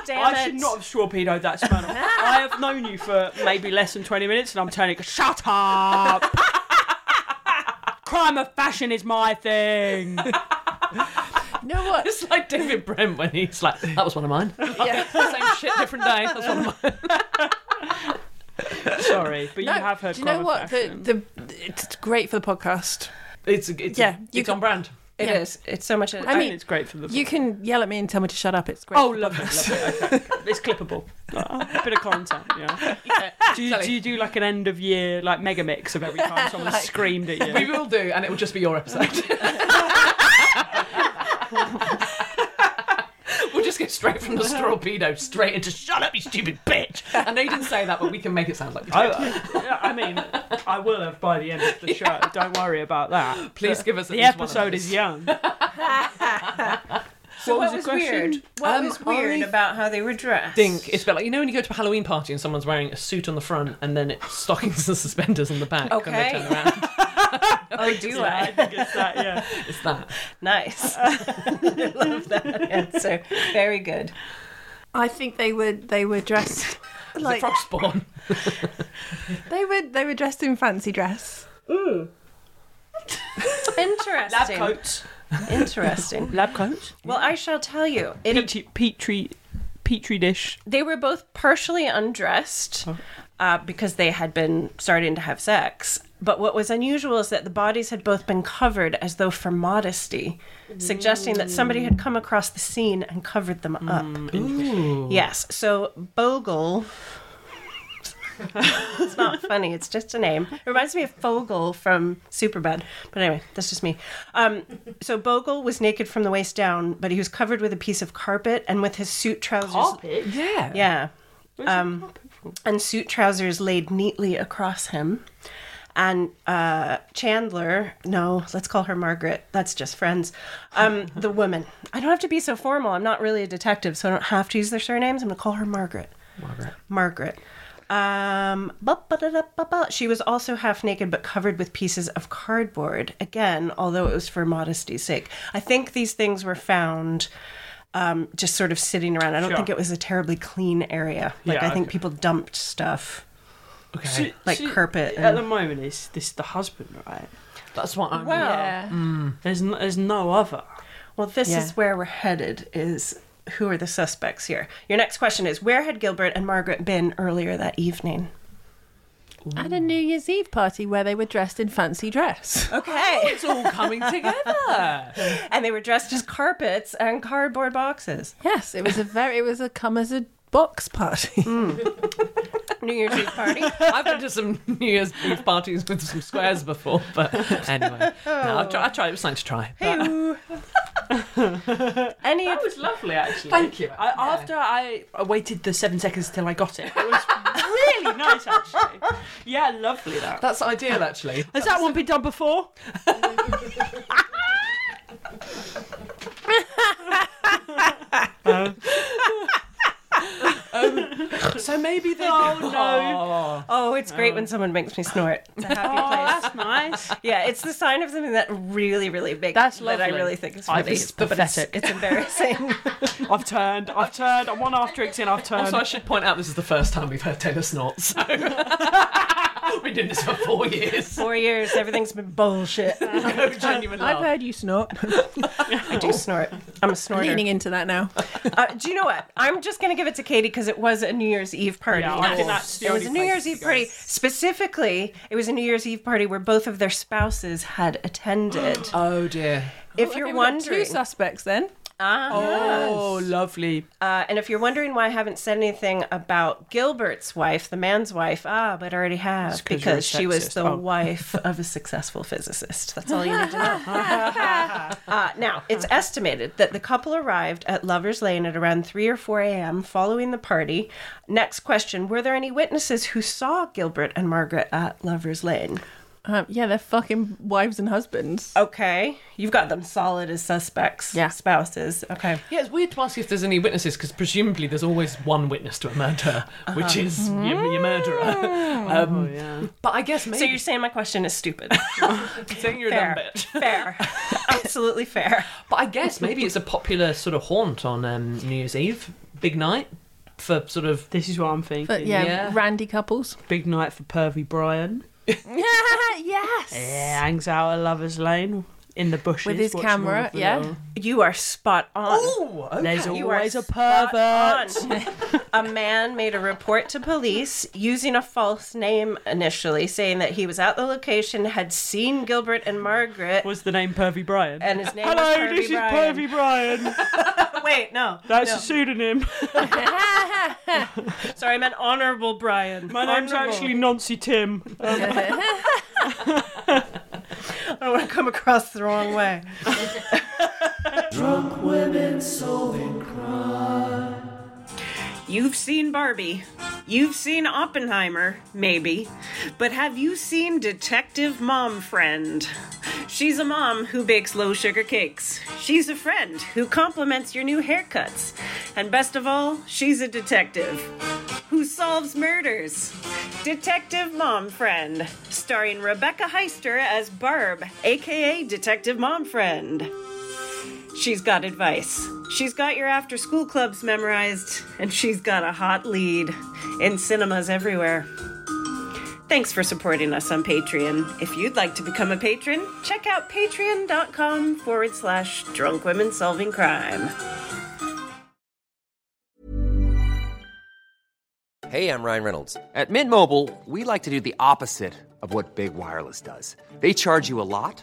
Speaker 1: Damn
Speaker 6: I should
Speaker 1: it.
Speaker 6: not have torpedoed that spanner. I have known you for maybe less than 20 minutes and I'm turning, shut up! Crime of fashion is my thing.
Speaker 7: You know what?
Speaker 2: It's like David Brent when he's like, "That was one of mine."
Speaker 7: Yeah.
Speaker 2: Same shit, different day. That's one of mine.
Speaker 6: Sorry, but you
Speaker 7: No,
Speaker 6: have heard
Speaker 7: do you
Speaker 6: crime
Speaker 7: know
Speaker 6: of
Speaker 7: what? The,
Speaker 6: fashion.
Speaker 7: the, it's great for the podcast.
Speaker 2: It's, it's
Speaker 7: Yeah, you
Speaker 2: it's
Speaker 7: can-
Speaker 2: on brand.
Speaker 1: It
Speaker 7: Yeah.
Speaker 1: is. It's so much. I
Speaker 7: I
Speaker 6: I
Speaker 1: mean,
Speaker 6: mean,
Speaker 7: mean,
Speaker 6: it's great for the.
Speaker 7: You can yell at me and tell me to shut up. It's great.
Speaker 6: oh, love it, love it. Okay, okay. It's clippable. A bit of content, yeah. do, you, do you do like an end of year, like mega mix of every time someone screamed at
Speaker 2: We
Speaker 6: you?
Speaker 2: will do, and it will just be your episode. we'll just get straight from the torpedo straight into "Shut up, you stupid bitch." And they didn't say that, but we can make it sound like.
Speaker 6: I, uh, yeah, I mean, I will have by the end of the show. Don't worry about that.
Speaker 2: Please give us at
Speaker 6: The
Speaker 2: least one of
Speaker 6: episode
Speaker 2: those.
Speaker 6: is young.
Speaker 1: so what, was
Speaker 6: was the question?
Speaker 1: weird? What
Speaker 2: Um,
Speaker 1: was weird
Speaker 2: I
Speaker 1: about how they were dressed?
Speaker 2: think it's a bit like you know when you go to a Halloween party and someone's wearing a suit on the front and then it's stockings and suspenders on the back. And they
Speaker 1: Okay.
Speaker 2: turn around.
Speaker 1: Oh, do
Speaker 6: I
Speaker 1: I?
Speaker 6: think it's that, yeah.
Speaker 2: It's that.
Speaker 1: Nice. Love that answer. Very good.
Speaker 7: I think they were they were dressed
Speaker 2: The
Speaker 7: like
Speaker 2: frog spawn.
Speaker 7: they were they were dressed in fancy dress.
Speaker 1: Interesting.
Speaker 6: coats.
Speaker 1: Interesting.
Speaker 6: Lab coats.
Speaker 1: Well, I shall tell you. It,
Speaker 6: Petri, petri, petri dish.
Speaker 1: they were both partially undressed uh, because they had been starting to have sex. But what was unusual is that the bodies had both been covered as though for modesty, suggesting that somebody had come across the scene and covered them up. Yes. So Bogle. it's not funny. It's just a name. It reminds me of Fogel from Superbad. But anyway, that's just me. Um, so Bogle was naked from the waist down, but he was covered with a piece of carpet and with his suit trousers.
Speaker 2: Yeah.
Speaker 1: Yeah. Um, and suit trousers laid neatly across him. And uh, Chandler, no, let's call her Margaret. That's just friends. Um, the woman. I don't have to be so formal. I'm not really a detective, so I don't have to use their surnames. I'm going to call her Margaret.
Speaker 2: Margaret.
Speaker 1: Margaret. Um, ba- ba- da- da- ba- ba. she was also half naked but covered with pieces of cardboard. Again, although it was for modesty's sake. I think these things were found um, just sort of sitting around. I don't
Speaker 6: Sure.
Speaker 1: think it was a terribly clean area. Like,
Speaker 6: Yeah,
Speaker 1: I think
Speaker 6: okay.
Speaker 1: people dumped stuff.
Speaker 2: Okay.
Speaker 1: Like carpet
Speaker 6: At
Speaker 1: and-
Speaker 6: the moment, it's this the husband, right?
Speaker 2: That's what I'm.
Speaker 1: Well,
Speaker 7: Yeah.
Speaker 6: There's no, there's no other.
Speaker 1: Well, this
Speaker 7: Yeah.
Speaker 1: is where we're headed is who are the suspects here? Your next question is where had Gilbert and Margaret been earlier that evening?
Speaker 7: At a New Year's Eve party where they were dressed in fancy dress.
Speaker 1: Okay.
Speaker 2: It's all coming together.
Speaker 1: and they were dressed as carpets and cardboard boxes.
Speaker 7: yes, it was a very it was a come as a
Speaker 8: box party.
Speaker 1: New Year's Eve party.
Speaker 2: I've been to some New Year's Eve parties with some squares before, but anyway, no, I've tried. I tried. It was something to try. But
Speaker 1: Any of
Speaker 6: That was lovely, actually.
Speaker 2: Thank you.
Speaker 6: I, After I, I waited the seven seconds till I got it, it was really nice, actually. Yeah, lovely that.
Speaker 2: that's ideal, actually.
Speaker 6: Has that one been done before? Um,
Speaker 2: So maybe they.
Speaker 6: Oh no!
Speaker 1: oh, it's great when someone makes me snort. It's a happy
Speaker 6: Oh,
Speaker 1: place.
Speaker 6: that's nice.
Speaker 1: Yeah, it's the sign of something that really, really big.
Speaker 6: That's
Speaker 1: That I
Speaker 6: lovely.
Speaker 1: really think is
Speaker 6: I
Speaker 1: funny.
Speaker 6: think it's
Speaker 1: but
Speaker 6: pathetic.
Speaker 1: It's, it's embarrassing.
Speaker 6: I've turned. I've turned. I'm one half drinks in. I've turned.
Speaker 2: Also, I should point out this is the first time we've heard Taylor snort. So we've been doing this for four years.
Speaker 1: Four years, everything's been bullshit.
Speaker 2: No genuine
Speaker 8: I've
Speaker 2: love.
Speaker 8: heard you snort.
Speaker 1: I do snort. I'm a snorter.
Speaker 7: Leaning into that now.
Speaker 1: Uh, do you know what? I'm just going to give it to Katie because it was a New Year's Eve party.
Speaker 6: Yeah, I think that's the
Speaker 1: it was
Speaker 6: only
Speaker 1: a New Year's
Speaker 6: place to
Speaker 1: Eve
Speaker 6: go.
Speaker 1: party. Specifically, it was a New Year's Eve party where both of their spouses had attended.
Speaker 2: Oh dear.
Speaker 1: if you're
Speaker 8: Two
Speaker 1: wondering,
Speaker 8: suspects then.
Speaker 6: oh, lovely.
Speaker 1: uh, and if you're wondering why I haven't said anything about Gilbert's wife, the man's wife, ah, but I already have
Speaker 6: 'cause you're a
Speaker 1: because she was
Speaker 6: sexist.
Speaker 1: the
Speaker 6: Oh.
Speaker 1: wife of a successful physicist. That's all you need to know. Uh, now, it's estimated that the couple arrived at Lover's Lane at around 3 or 4 a.m. following the party. Next question Were there any witnesses who saw Gilbert and Margaret at Lover's Lane?
Speaker 7: Um, yeah, they're fucking wives and husbands.
Speaker 1: Okay. You've got them solid as suspects,
Speaker 7: Yeah.
Speaker 1: spouses. Okay.
Speaker 2: Yeah, it's weird to ask if there's any witnesses because presumably there's always one witness to a murder, which is your, your murderer. Um, But I guess maybe
Speaker 1: So you're saying my question is stupid.
Speaker 2: saying you're a dumb
Speaker 1: Fair.
Speaker 2: bitch.
Speaker 1: fair. Absolutely fair.
Speaker 2: But I guess maybe it's a popular sort of haunt on um, New Year's Eve, big night for sort of
Speaker 6: This is what I'm thinking.
Speaker 7: But yeah,
Speaker 2: Yeah.
Speaker 7: randy couples.
Speaker 6: Big night for Pervy Brian.
Speaker 7: yes.
Speaker 6: Yeah, hangs out at Lover's Lane in the bushes
Speaker 7: With his
Speaker 6: watching all
Speaker 7: camera,
Speaker 6: of the
Speaker 7: yeah.
Speaker 6: little-
Speaker 1: You are spot on.
Speaker 6: There's
Speaker 1: You are
Speaker 6: always a
Speaker 1: spot
Speaker 6: pervert.
Speaker 1: on. a man made a report to police using a false name initially, saying that he was at the location, had seen Gilbert and Margaret,
Speaker 6: Was the name Pervy Brian?
Speaker 1: and his name was
Speaker 6: Hello,
Speaker 1: Pervy
Speaker 6: this
Speaker 1: Brian.
Speaker 6: is Pervy Brian.
Speaker 1: Wait, no.
Speaker 6: That's a pseudonym.
Speaker 1: Sorry, I meant Honorable Brian.
Speaker 6: My name's
Speaker 1: Honorable.
Speaker 6: actually Nancy Tim.
Speaker 1: I don't want to come across the wrong way.
Speaker 4: Drunk women solving crime.
Speaker 1: You've seen Barbie. You've seen Oppenheimer, maybe. But have you seen Detective Mom Friend? She's a mom who bakes low sugar cakes. She's a friend who compliments your new haircuts. And best of all, she's a detective who solves murders. Detective Mom Friend, starring Rebecca Heister as Barb, aka Detective Mom Friend. She's got advice. She's got your after school clubs memorized, and she's got a hot lead in cinemas everywhere. Thanks for supporting us on Patreon. If you'd like to become a patron, check out patreon.com forward slash drunk women solving crime.
Speaker 9: Hey, I'm Ryan Reynolds. At Mint Mobile, we like to do the opposite of what Big Wireless does. They charge you a lot,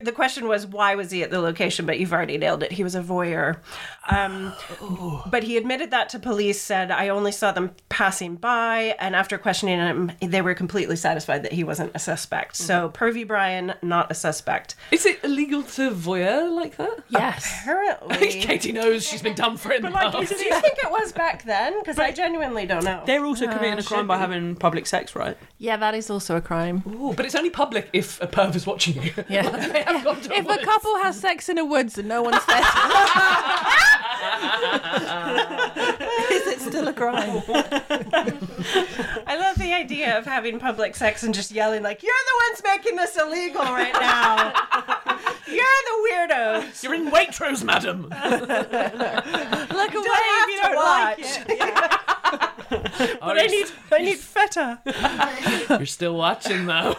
Speaker 1: the question was why was he at the location, but you've already nailed it. He was a voyeur. Um, but he admitted that to police, said, I only saw them passing by. And after questioning him, they were completely satisfied that he wasn't a suspect. So Pervy Bryan, not a suspect.
Speaker 2: Is it illegal to voyeur like that?
Speaker 1: Yes. Apparently.
Speaker 2: Katie knows she's been done for it. in the
Speaker 1: Like, do you
Speaker 2: past.
Speaker 1: think it was back then? Because I genuinely don't know.
Speaker 6: They're also
Speaker 1: Uh,
Speaker 6: committing a crime
Speaker 1: should
Speaker 6: by
Speaker 1: be.
Speaker 6: having public sex, right?
Speaker 7: Yeah, that is also a crime.
Speaker 2: Ooh, but it's only public if a perv is watching you.
Speaker 7: Yeah. if a couple has sex in the woods and no one's there,
Speaker 1: Is it still a crime? I love the idea of having public sex and just yelling like, "You're the ones making this illegal right now. You're the weirdos.
Speaker 2: You're in Waitrose, madam."
Speaker 7: Look away
Speaker 1: if you don't watch.
Speaker 2: Oh,
Speaker 1: But I need, I need feta.
Speaker 2: You're still watching though.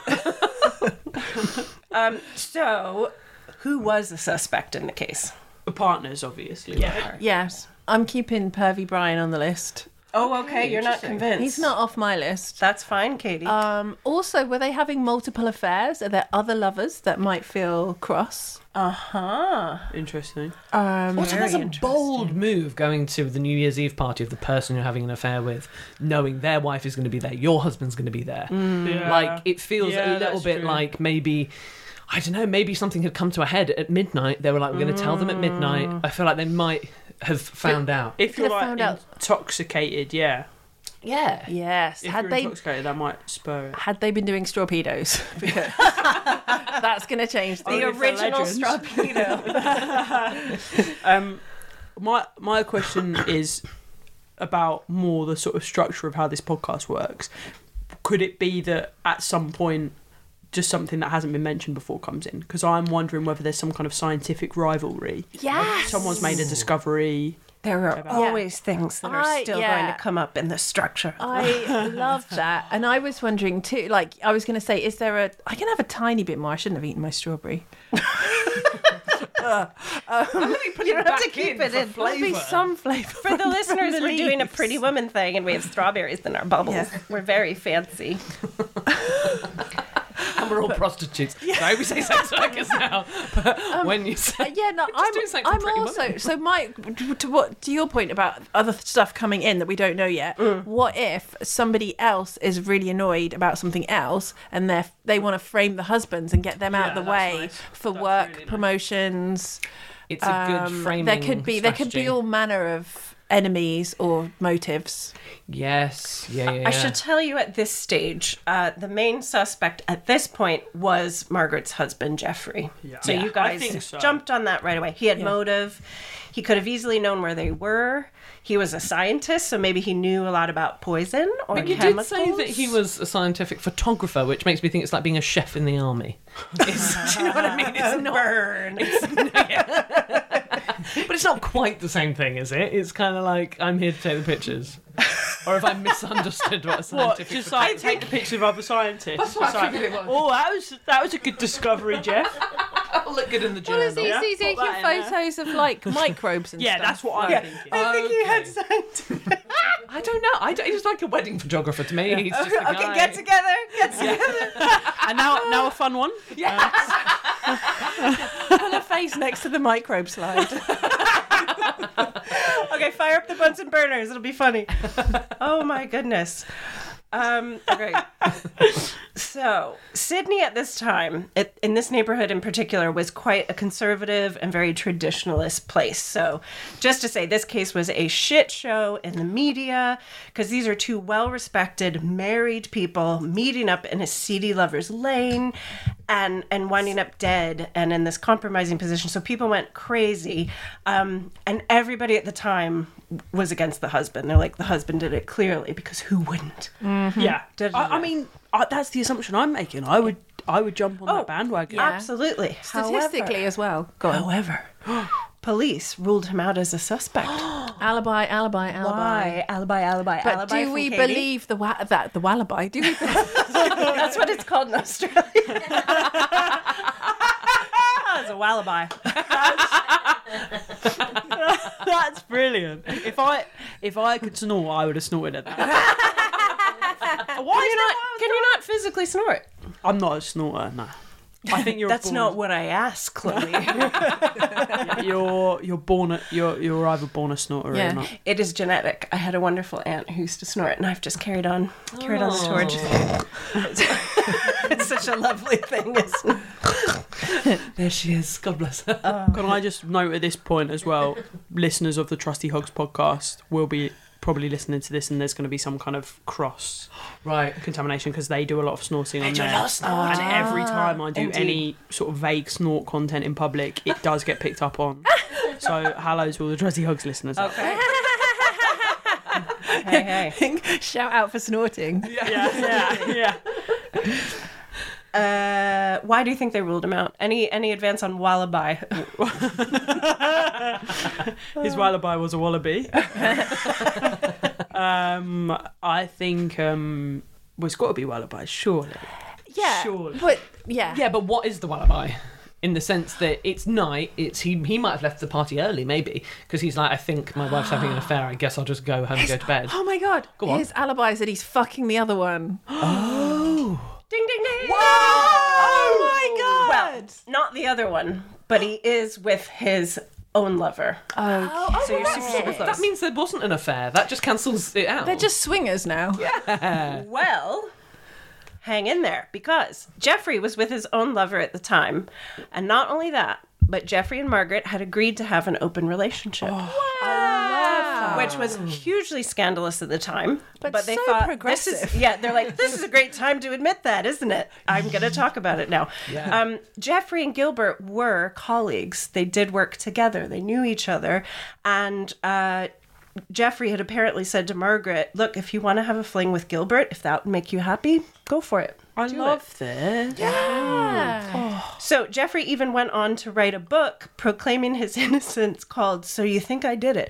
Speaker 1: Um, so, who was the suspect in the case?
Speaker 6: The partners, obviously.
Speaker 1: Yeah.
Speaker 7: yes, I'm keeping Pervy Bryan on the list.
Speaker 1: Oh, okay. you're not Uh, convinced.
Speaker 7: He's not off my list.
Speaker 1: That's fine, Katie.
Speaker 7: Um, also, were they having multiple affairs? Are there other lovers that might feel cross?
Speaker 1: Uh huh.
Speaker 6: Interesting.
Speaker 7: Um,
Speaker 2: Also, that's a
Speaker 1: Very
Speaker 2: bold move going to the New Year's Eve party of the person you're having an affair with, knowing their wife is going to be there, your husband's going to be there.
Speaker 6: Yeah.
Speaker 2: Like, it feels
Speaker 6: Yeah,
Speaker 2: a little
Speaker 6: that's
Speaker 2: bit
Speaker 6: true.
Speaker 2: like maybe. I don't know. Maybe something had come to a head at midnight. They were like, "We're going to tell them at midnight." I feel like they might have found out.
Speaker 6: If
Speaker 7: Could
Speaker 6: you're
Speaker 7: have
Speaker 6: like
Speaker 7: found out-
Speaker 6: intoxicated, yeah.
Speaker 2: Yeah,
Speaker 7: yes.
Speaker 6: If
Speaker 7: Had
Speaker 6: you're
Speaker 7: they
Speaker 6: intoxicated, that might spur it.
Speaker 7: had they been doing straw pedos? Because that's going to change
Speaker 1: the
Speaker 7: things.
Speaker 1: original
Speaker 6: legends.
Speaker 1: Strapino.
Speaker 6: Um, my my question is about more the sort of structure of how this podcast works. Could it be that at some point, just something that hasn't been mentioned before comes in? Because I'm wondering whether there's some kind of scientific rivalry.
Speaker 7: Yes.
Speaker 6: Someone's made a discovery.
Speaker 2: Ah.
Speaker 1: there are always things that are
Speaker 7: I-
Speaker 1: still
Speaker 7: yeah.
Speaker 1: going to come up in the structure.
Speaker 7: I love that. And I was wondering too, like, I was going to say, is there a. I can have a tiny bit more. I shouldn't have eaten my strawberry.
Speaker 1: you don't have to keep it in.
Speaker 7: There'll be some flavour.
Speaker 1: For the listeners, we're doing a Pretty Woman thing, and we have strawberries in our bubbles. We're very fancy.
Speaker 2: and we're all prostitutes. Sorry, we say sex workers now. But when you say,
Speaker 7: Uh, yeah, no,
Speaker 2: We're just
Speaker 7: I'm,
Speaker 2: doing something
Speaker 7: I'm
Speaker 2: pretty
Speaker 7: also
Speaker 2: much.
Speaker 7: so Mike. To what to your point about other stuff coming in that we don't know yet. What if somebody else is really annoyed about something else and they they want to frame the husbands and get them out
Speaker 2: Yeah,
Speaker 7: of the
Speaker 2: that's
Speaker 7: way
Speaker 2: nice.
Speaker 7: for
Speaker 2: That's
Speaker 7: work
Speaker 2: really nice.
Speaker 7: promotions?
Speaker 2: it's a good
Speaker 7: Um,
Speaker 2: framing.
Speaker 7: There could be there could be
Speaker 2: strategy.
Speaker 7: all manner of enemies or motives.
Speaker 2: Yes. Yeah. yeah,
Speaker 1: I
Speaker 2: yeah.
Speaker 1: should tell you at this stage, uh, the main suspect at this point was Margaret's husband, Jeffrey. So
Speaker 6: Yeah.
Speaker 1: you
Speaker 6: I
Speaker 1: guys
Speaker 6: think so.
Speaker 1: jumped on that right away. He had
Speaker 7: Yeah.
Speaker 1: motive. He could have easily known where they were. He was a scientist, so maybe he knew a lot about poison or
Speaker 2: But you did
Speaker 1: chemicals.
Speaker 2: say that he was a scientific photographer, which makes me think it's like being a chef in the army. It's, do you know what I mean? It's not,
Speaker 1: burn.
Speaker 2: but it's not quite the same thing, is it? It's kind of like I'm here to take the pictures, or if I misunderstood what a
Speaker 6: What?
Speaker 2: scientific.
Speaker 6: Just like take the picture of other scientists. It's like, oh, that was that was a good discovery, Jeff.
Speaker 2: I'll look good in the journal.
Speaker 7: Well, is he
Speaker 6: Yeah.
Speaker 7: he's taking
Speaker 6: Put that in there.
Speaker 7: photos of like microbes and
Speaker 6: yeah,
Speaker 7: stuff?
Speaker 6: that's what I'm thinking.
Speaker 1: I think he had scientific.
Speaker 2: I don't know. I don't, he's like a wedding photographer to me. He's just a
Speaker 1: okay,
Speaker 2: guy.
Speaker 1: get together. Get together.
Speaker 6: And now now a fun one.
Speaker 7: Put a face next to the microbe slide.
Speaker 1: okay, fire up the Bunsen burners. It'll be funny. oh my goodness. Um, okay. so, Sydney at this time, it, in this neighborhood in particular, was quite a conservative and very traditionalist place. So, just to say, this case was a shit show in the media because these are two well respected married people meeting up in a seedy lover's lane and, and winding up dead and in this compromising position. So, people went crazy. Um, and everybody at the time was against the husband. They're like, the husband did it clearly because who wouldn't?
Speaker 7: Mm.
Speaker 6: Yeah,
Speaker 1: Did
Speaker 6: I, I
Speaker 1: you?
Speaker 6: mean I, that's the assumption I'm making. I would I would
Speaker 2: Oh.
Speaker 6: jump on that bandwagon.
Speaker 7: yeah.
Speaker 1: Absolutely.
Speaker 7: Statistically as well. Go on.
Speaker 1: However, however, police ruled him out as a suspect.
Speaker 7: Alibi, alibi, alibi.
Speaker 1: Why? Alibi, alibi,
Speaker 7: But
Speaker 1: alibi.
Speaker 7: do
Speaker 1: from
Speaker 7: we
Speaker 1: Katie?
Speaker 7: believe the wa- that the wallaby? Do we?
Speaker 1: That's what it's called in Australia. it's a wallaby.
Speaker 6: That's brilliant. If I if I could snort, I would have snorted at that.
Speaker 1: Why can you not physically snort?
Speaker 6: I'm not a snorter, no. I think you're
Speaker 1: That's
Speaker 6: born-
Speaker 1: not what I asked, Chloe.
Speaker 6: you're you're born a, you're you're either born a snorter or
Speaker 1: yeah,
Speaker 6: not.
Speaker 1: it is genetic. I had a wonderful aunt who used to snort, and I've just carried on, carried on the torch. it's such a lovely thing. Isn't it?
Speaker 2: there she is. God bless her.
Speaker 6: Can I just note at this point as well, listeners of the Trusty Hogs podcast will be probably listening to this, and there's going to be some kind of cross
Speaker 2: right
Speaker 6: contamination because they do a lot of snorting
Speaker 2: They
Speaker 6: on
Speaker 2: do a
Speaker 6: there.
Speaker 2: lot of snorting.
Speaker 6: And every time I do
Speaker 2: Indeed.
Speaker 6: any sort of vague snort content in public, it does get picked up on. so hello to all the Trusty Hogs listeners. out there.
Speaker 1: hey,
Speaker 7: hey. Shout out for snorting.
Speaker 6: yeah, yeah.
Speaker 1: Uh, why do you think they ruled him out? Any any advance on Wallaby?
Speaker 6: His lullaby was a wallaby. um, I think um, well, it's got to be wallaby, surely.
Speaker 7: Yeah.
Speaker 2: Surely.
Speaker 7: But yeah.
Speaker 2: Yeah, but what is the wallaby? In the sense that it's night, it's he. He might have left the party early, maybe, because he's like, I think my wife's having an affair. I guess I'll just go home and go to bed.
Speaker 7: Oh my god.
Speaker 2: Go on.
Speaker 7: His alibi is that he's fucking the other one.
Speaker 2: Oh,
Speaker 1: ding ding ding!
Speaker 7: Oh my god.
Speaker 1: Well, not the other one, but he is with his own lover.
Speaker 7: Oh, oh,
Speaker 1: so you're
Speaker 7: well,
Speaker 1: super,
Speaker 7: that's
Speaker 1: super
Speaker 7: it.
Speaker 1: close.
Speaker 2: that means there wasn't an affair. That just cancels it out.
Speaker 7: They're just swingers now.
Speaker 2: Yeah.
Speaker 1: Well, hang in there because Jeffrey was with his own lover at the time. And not only that, but Jeffrey and Margaret had agreed to have an open relationship. Which was hugely scandalous at the time,
Speaker 7: But
Speaker 1: they
Speaker 7: so
Speaker 1: thought This
Speaker 7: progressive.
Speaker 1: is, yeah, they're like, this is a great time to admit that, isn't it? I'm going to talk about it now.
Speaker 2: Yeah.
Speaker 1: Um, Jeffrey and Gilbert were colleagues. They did work together. They knew each other, and uh, Jeffrey had apparently said to Margaret, "Look, if you want to have a fling with Gilbert, if that would make you happy, go for it."
Speaker 6: I
Speaker 1: Do it."
Speaker 6: love this.
Speaker 1: So Jeffrey even went on to write a book proclaiming his innocence called So You Think I Did It.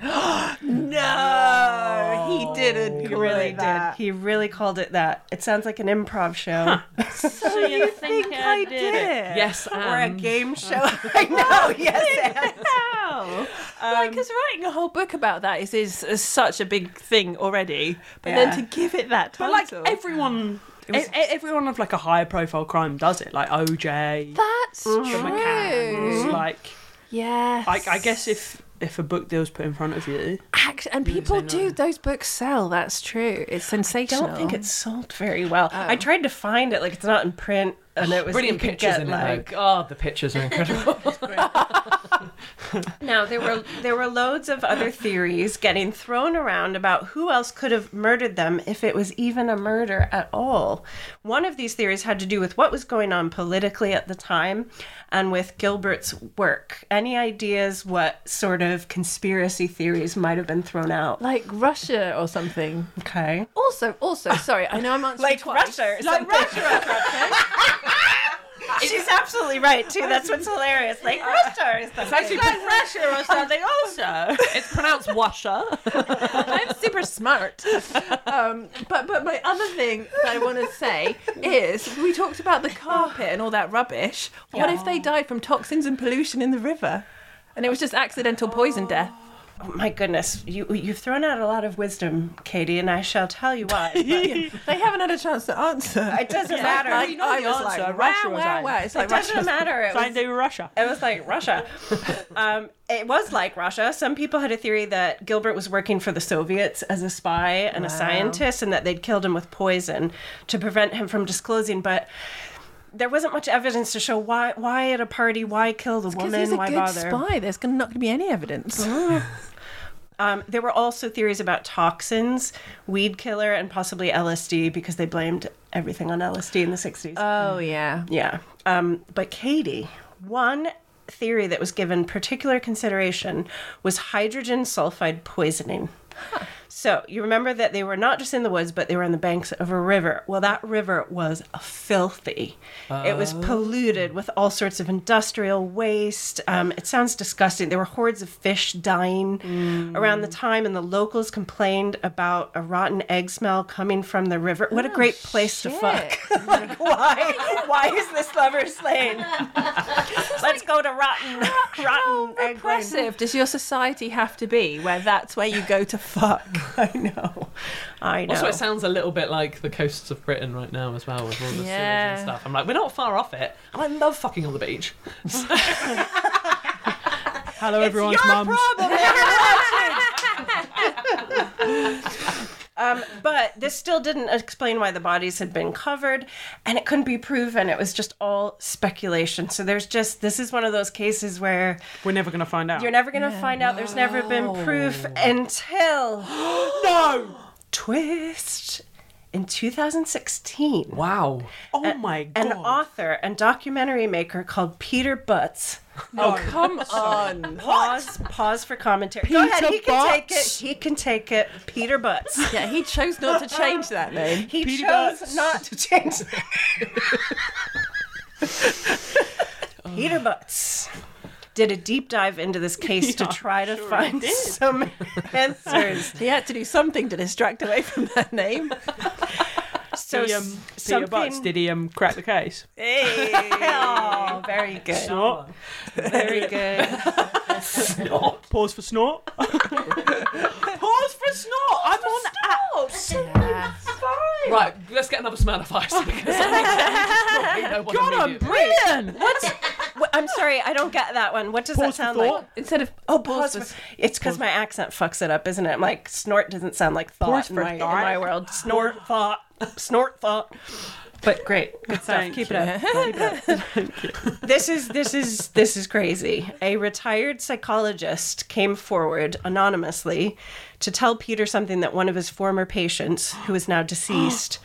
Speaker 1: no, he didn't. He really did. He really called it that. It sounds like an improv show.
Speaker 8: So you think, I did it?
Speaker 2: Yes,
Speaker 1: Or a
Speaker 2: and-
Speaker 1: game show. I know, yes. and.
Speaker 7: Wow. like, because writing a whole book about that is, is, is such a big thing already. But
Speaker 1: Yeah.
Speaker 7: then to give it that
Speaker 6: But
Speaker 7: title.
Speaker 6: like everyone, e- e- everyone of like a higher profile crime does it, like OJ,
Speaker 7: That's
Speaker 6: the
Speaker 7: true.
Speaker 6: McCanns. Like,
Speaker 7: Yes.
Speaker 6: I, I guess if if a book deal's put in front of you,
Speaker 7: Act- and people do those books sell. That's true. It's sensational.
Speaker 1: don't think it sold very well.
Speaker 2: Oh.
Speaker 1: I tried to find it, like it's not in print, and it was
Speaker 2: Brilliant
Speaker 1: you could
Speaker 2: pictures
Speaker 1: get,
Speaker 2: in it. though.
Speaker 1: like,
Speaker 2: God, the pictures are incredible.
Speaker 1: Now there were there were loads of other theories getting thrown around about who else could have murdered them if it was even a murder at all. One of these theories had to do with what was going on politically at the time and with Gilbert's work. Any ideas what sort of conspiracy theories might have been thrown out?
Speaker 7: Like Russia or something.
Speaker 1: Okay.
Speaker 7: Also, also, sorry, I know I'm answering
Speaker 1: Like
Speaker 7: twice.
Speaker 1: Russia or
Speaker 7: Like
Speaker 1: something.
Speaker 7: Russia. okay?
Speaker 1: She's absolutely right too. That's what's hilarious. Like Russia or something.
Speaker 2: actually
Speaker 1: Like Uh, Russia or something also.
Speaker 2: it's pronounced washer.
Speaker 7: I'm super smart. Um, but but my other thing that I want to say is we talked about the carpet and all that rubbish. What if they died from toxins and pollution in the river, and it was just accidental poison death?
Speaker 1: My goodness, you you've thrown out a lot of wisdom, Katie, and I shall tell you why. but-
Speaker 7: They haven't had a chance to answer.
Speaker 1: It doesn't matter.
Speaker 7: Like,
Speaker 6: know
Speaker 7: I
Speaker 6: the
Speaker 7: was
Speaker 6: answer.
Speaker 7: like,
Speaker 6: Russia
Speaker 7: wow,
Speaker 6: was
Speaker 7: wow,
Speaker 6: like-
Speaker 7: wow. It's like
Speaker 1: it doesn't
Speaker 7: Russia.
Speaker 1: matter. It
Speaker 6: find
Speaker 1: was,
Speaker 6: they were Russia.
Speaker 1: it was like Russia. um, it was like Russia. Some people had a theory that Gilbert was working for the Soviets as a spy and a scientist, and that they'd killed him with poison to prevent him from disclosing. But there wasn't much evidence to show why. Why at a party? Why kill the
Speaker 7: Because
Speaker 1: woman?
Speaker 7: he's a
Speaker 1: why
Speaker 7: good
Speaker 1: bother?
Speaker 7: spy. There's gonna- not going to be any evidence.
Speaker 1: Um, there were also theories about toxins, weed killer, and possibly LSD because they blamed everything on LSD in the sixties.
Speaker 7: Oh yeah.
Speaker 1: Yeah. Um, but Katie, one theory that was given particular consideration was hydrogen sulfide poisoning. So you remember that they were not just in the woods, but they were on the banks of a river. Well, that river was filthy. It was polluted with all sorts of industrial waste. Um, it sounds disgusting. There were hordes of fish dying around the time, and the locals complained about a rotten egg smell coming from the river. What a great place to fuck! like, why? Why is this lover slain? Let's go to rotten, rotten egg.
Speaker 7: Impressive. Does your society have to be where that's where you go to fuck?
Speaker 1: I know. I know.
Speaker 2: Also, it sounds a little bit like the coasts of Britain right now as well, with all the
Speaker 1: Yeah.
Speaker 2: sewers and stuff. I'm like, we're not far off it, and I love fucking on the beach.
Speaker 6: Hello, everyone's mums.
Speaker 1: Um, but this still didn't explain why the bodies had been covered, and it couldn't be proven. It was just all speculation. So there's just this is one of those cases where
Speaker 6: We're never going to find out.
Speaker 1: you're never going to find out. There's never been proof until
Speaker 6: no
Speaker 1: twist in 2016.
Speaker 2: Wow!
Speaker 6: Oh my god!
Speaker 1: An author and documentary maker called Peter Butts.
Speaker 6: No.
Speaker 1: Oh,
Speaker 6: come on.
Speaker 1: Pause. Pause for commentary. Go
Speaker 7: Peter
Speaker 1: ahead. He can take it.
Speaker 7: Butts?
Speaker 1: He can take it. Peter Butts.
Speaker 7: Yeah, he chose not to change that name.
Speaker 1: He
Speaker 7: Peter
Speaker 1: chose
Speaker 7: Butts.
Speaker 1: not to change. that. Peter Butts did a deep dive into this case to try to find some answers.
Speaker 7: he had to do something to distract away from that name.
Speaker 1: So
Speaker 6: Did he, um,
Speaker 1: s-
Speaker 6: did he, uh, Butts,
Speaker 1: something-
Speaker 6: did he um, crack the case?
Speaker 1: Hey. oh, very good.
Speaker 6: Snort.
Speaker 1: Very good.
Speaker 6: snort. Pause for snort. Pause for snort. I'm on
Speaker 7: absolutely fine.
Speaker 2: Right, let's get another smell of ice because I know what
Speaker 1: God,
Speaker 2: I'm
Speaker 1: Brilliant. What's? wh- I'm sorry, I don't get that one. What does that sound like?
Speaker 7: Instead of
Speaker 1: oh, pause. for- it's because my accent fucks it up, isn't it? I'm like snort doesn't sound like thought
Speaker 6: Pause
Speaker 1: in
Speaker 6: for
Speaker 1: my, in
Speaker 6: thought.
Speaker 1: my world. Snort thought, snort thought. But great, good stuff.
Speaker 6: Thank
Speaker 1: Keep
Speaker 6: you.
Speaker 1: it up. Keep it up. this is this is this is crazy. A retired psychologist came forward anonymously to tell Peter something that one of his former patients, who is now deceased,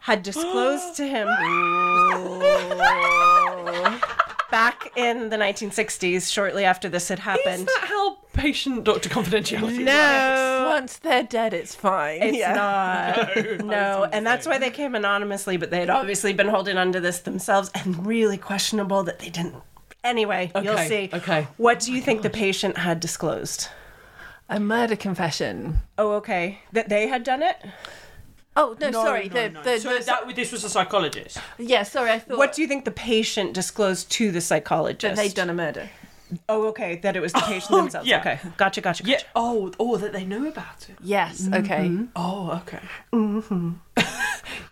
Speaker 1: had disclosed to him back in the 1960s, shortly after this had
Speaker 2: Is
Speaker 1: happened.
Speaker 2: that how patient doctor confidentiality?
Speaker 1: No,
Speaker 7: Once they're dead, it's fine.
Speaker 1: it's
Speaker 7: Yeah.
Speaker 1: not. No, and that's why they came anonymously, but they had obviously been holding on to this themselves and really questionable that they didn't. Anyway, you'll
Speaker 2: Okay,
Speaker 1: see.
Speaker 2: okay.
Speaker 1: What do you think the patient had disclosed?
Speaker 7: A murder confession.
Speaker 1: Oh, okay. That they had done it?
Speaker 7: Oh no, sorry.
Speaker 6: No,
Speaker 7: the,
Speaker 6: no.
Speaker 7: the,
Speaker 6: so
Speaker 7: the-
Speaker 6: that, this was a psychologist.
Speaker 7: yeah, sorry. I thought
Speaker 1: What do you think the patient disclosed to the psychologist?
Speaker 7: that they'd done a murder.
Speaker 1: Oh, okay. That it was the patient themselves.
Speaker 6: yeah.
Speaker 1: Okay. Gotcha, gotcha, gotcha.
Speaker 6: Yeah. Oh, oh, that they knew about it.
Speaker 7: Yes. Okay.
Speaker 6: Oh, okay.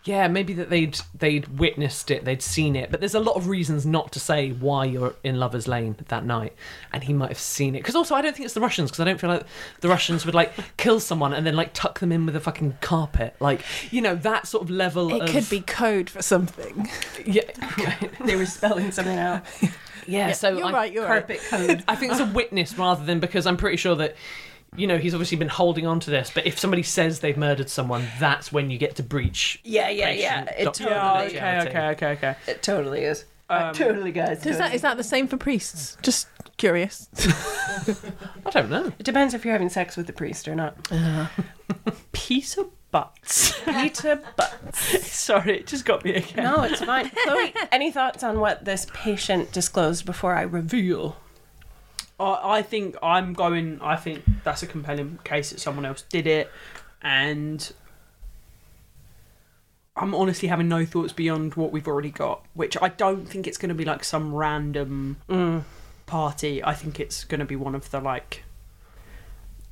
Speaker 2: Yeah, maybe that they'd they'd witnessed it, they'd seen it, but there's a lot of reasons not to say why you're in Lover's Lane that night, and he might have seen it. Because also, I don't think it's the Russians, because I don't feel like the Russians would like kill someone and then like tuck them in with a fucking carpet, like you know that sort of level.
Speaker 7: It
Speaker 2: of,
Speaker 7: could be code for something.
Speaker 2: yeah,
Speaker 1: They were spelling something out.
Speaker 2: yeah. So
Speaker 7: you're
Speaker 2: I-
Speaker 7: right. You're right.
Speaker 1: Carpet code.
Speaker 2: I think it's a witness rather than because I'm pretty sure that. You know, he's obviously been holding on to this, but if somebody says they've murdered someone, that's when you get to breach.
Speaker 1: Yeah, yeah, yeah.
Speaker 2: patient
Speaker 1: It
Speaker 2: doctor
Speaker 1: totally-
Speaker 2: confidentiality.
Speaker 6: Okay, okay, okay, okay.
Speaker 1: It totally is. Uh, totally, guys.
Speaker 7: Is that is that the same for priests? Just curious.
Speaker 2: I don't know.
Speaker 1: It depends if you're having sex with the priest or not.
Speaker 6: Piece of butts.
Speaker 1: Peter Butt.
Speaker 6: Sorry, it just got me again.
Speaker 1: No, it's fine. Chloe, any thoughts on what this patient disclosed before I reveal?
Speaker 6: I, I think I'm going. I think that's a compelling case that someone else did it, and I'm honestly having no thoughts beyond what we've already got. Which I don't think it's going to be like some random
Speaker 7: Mm.
Speaker 6: party. I think it's going to be one of the like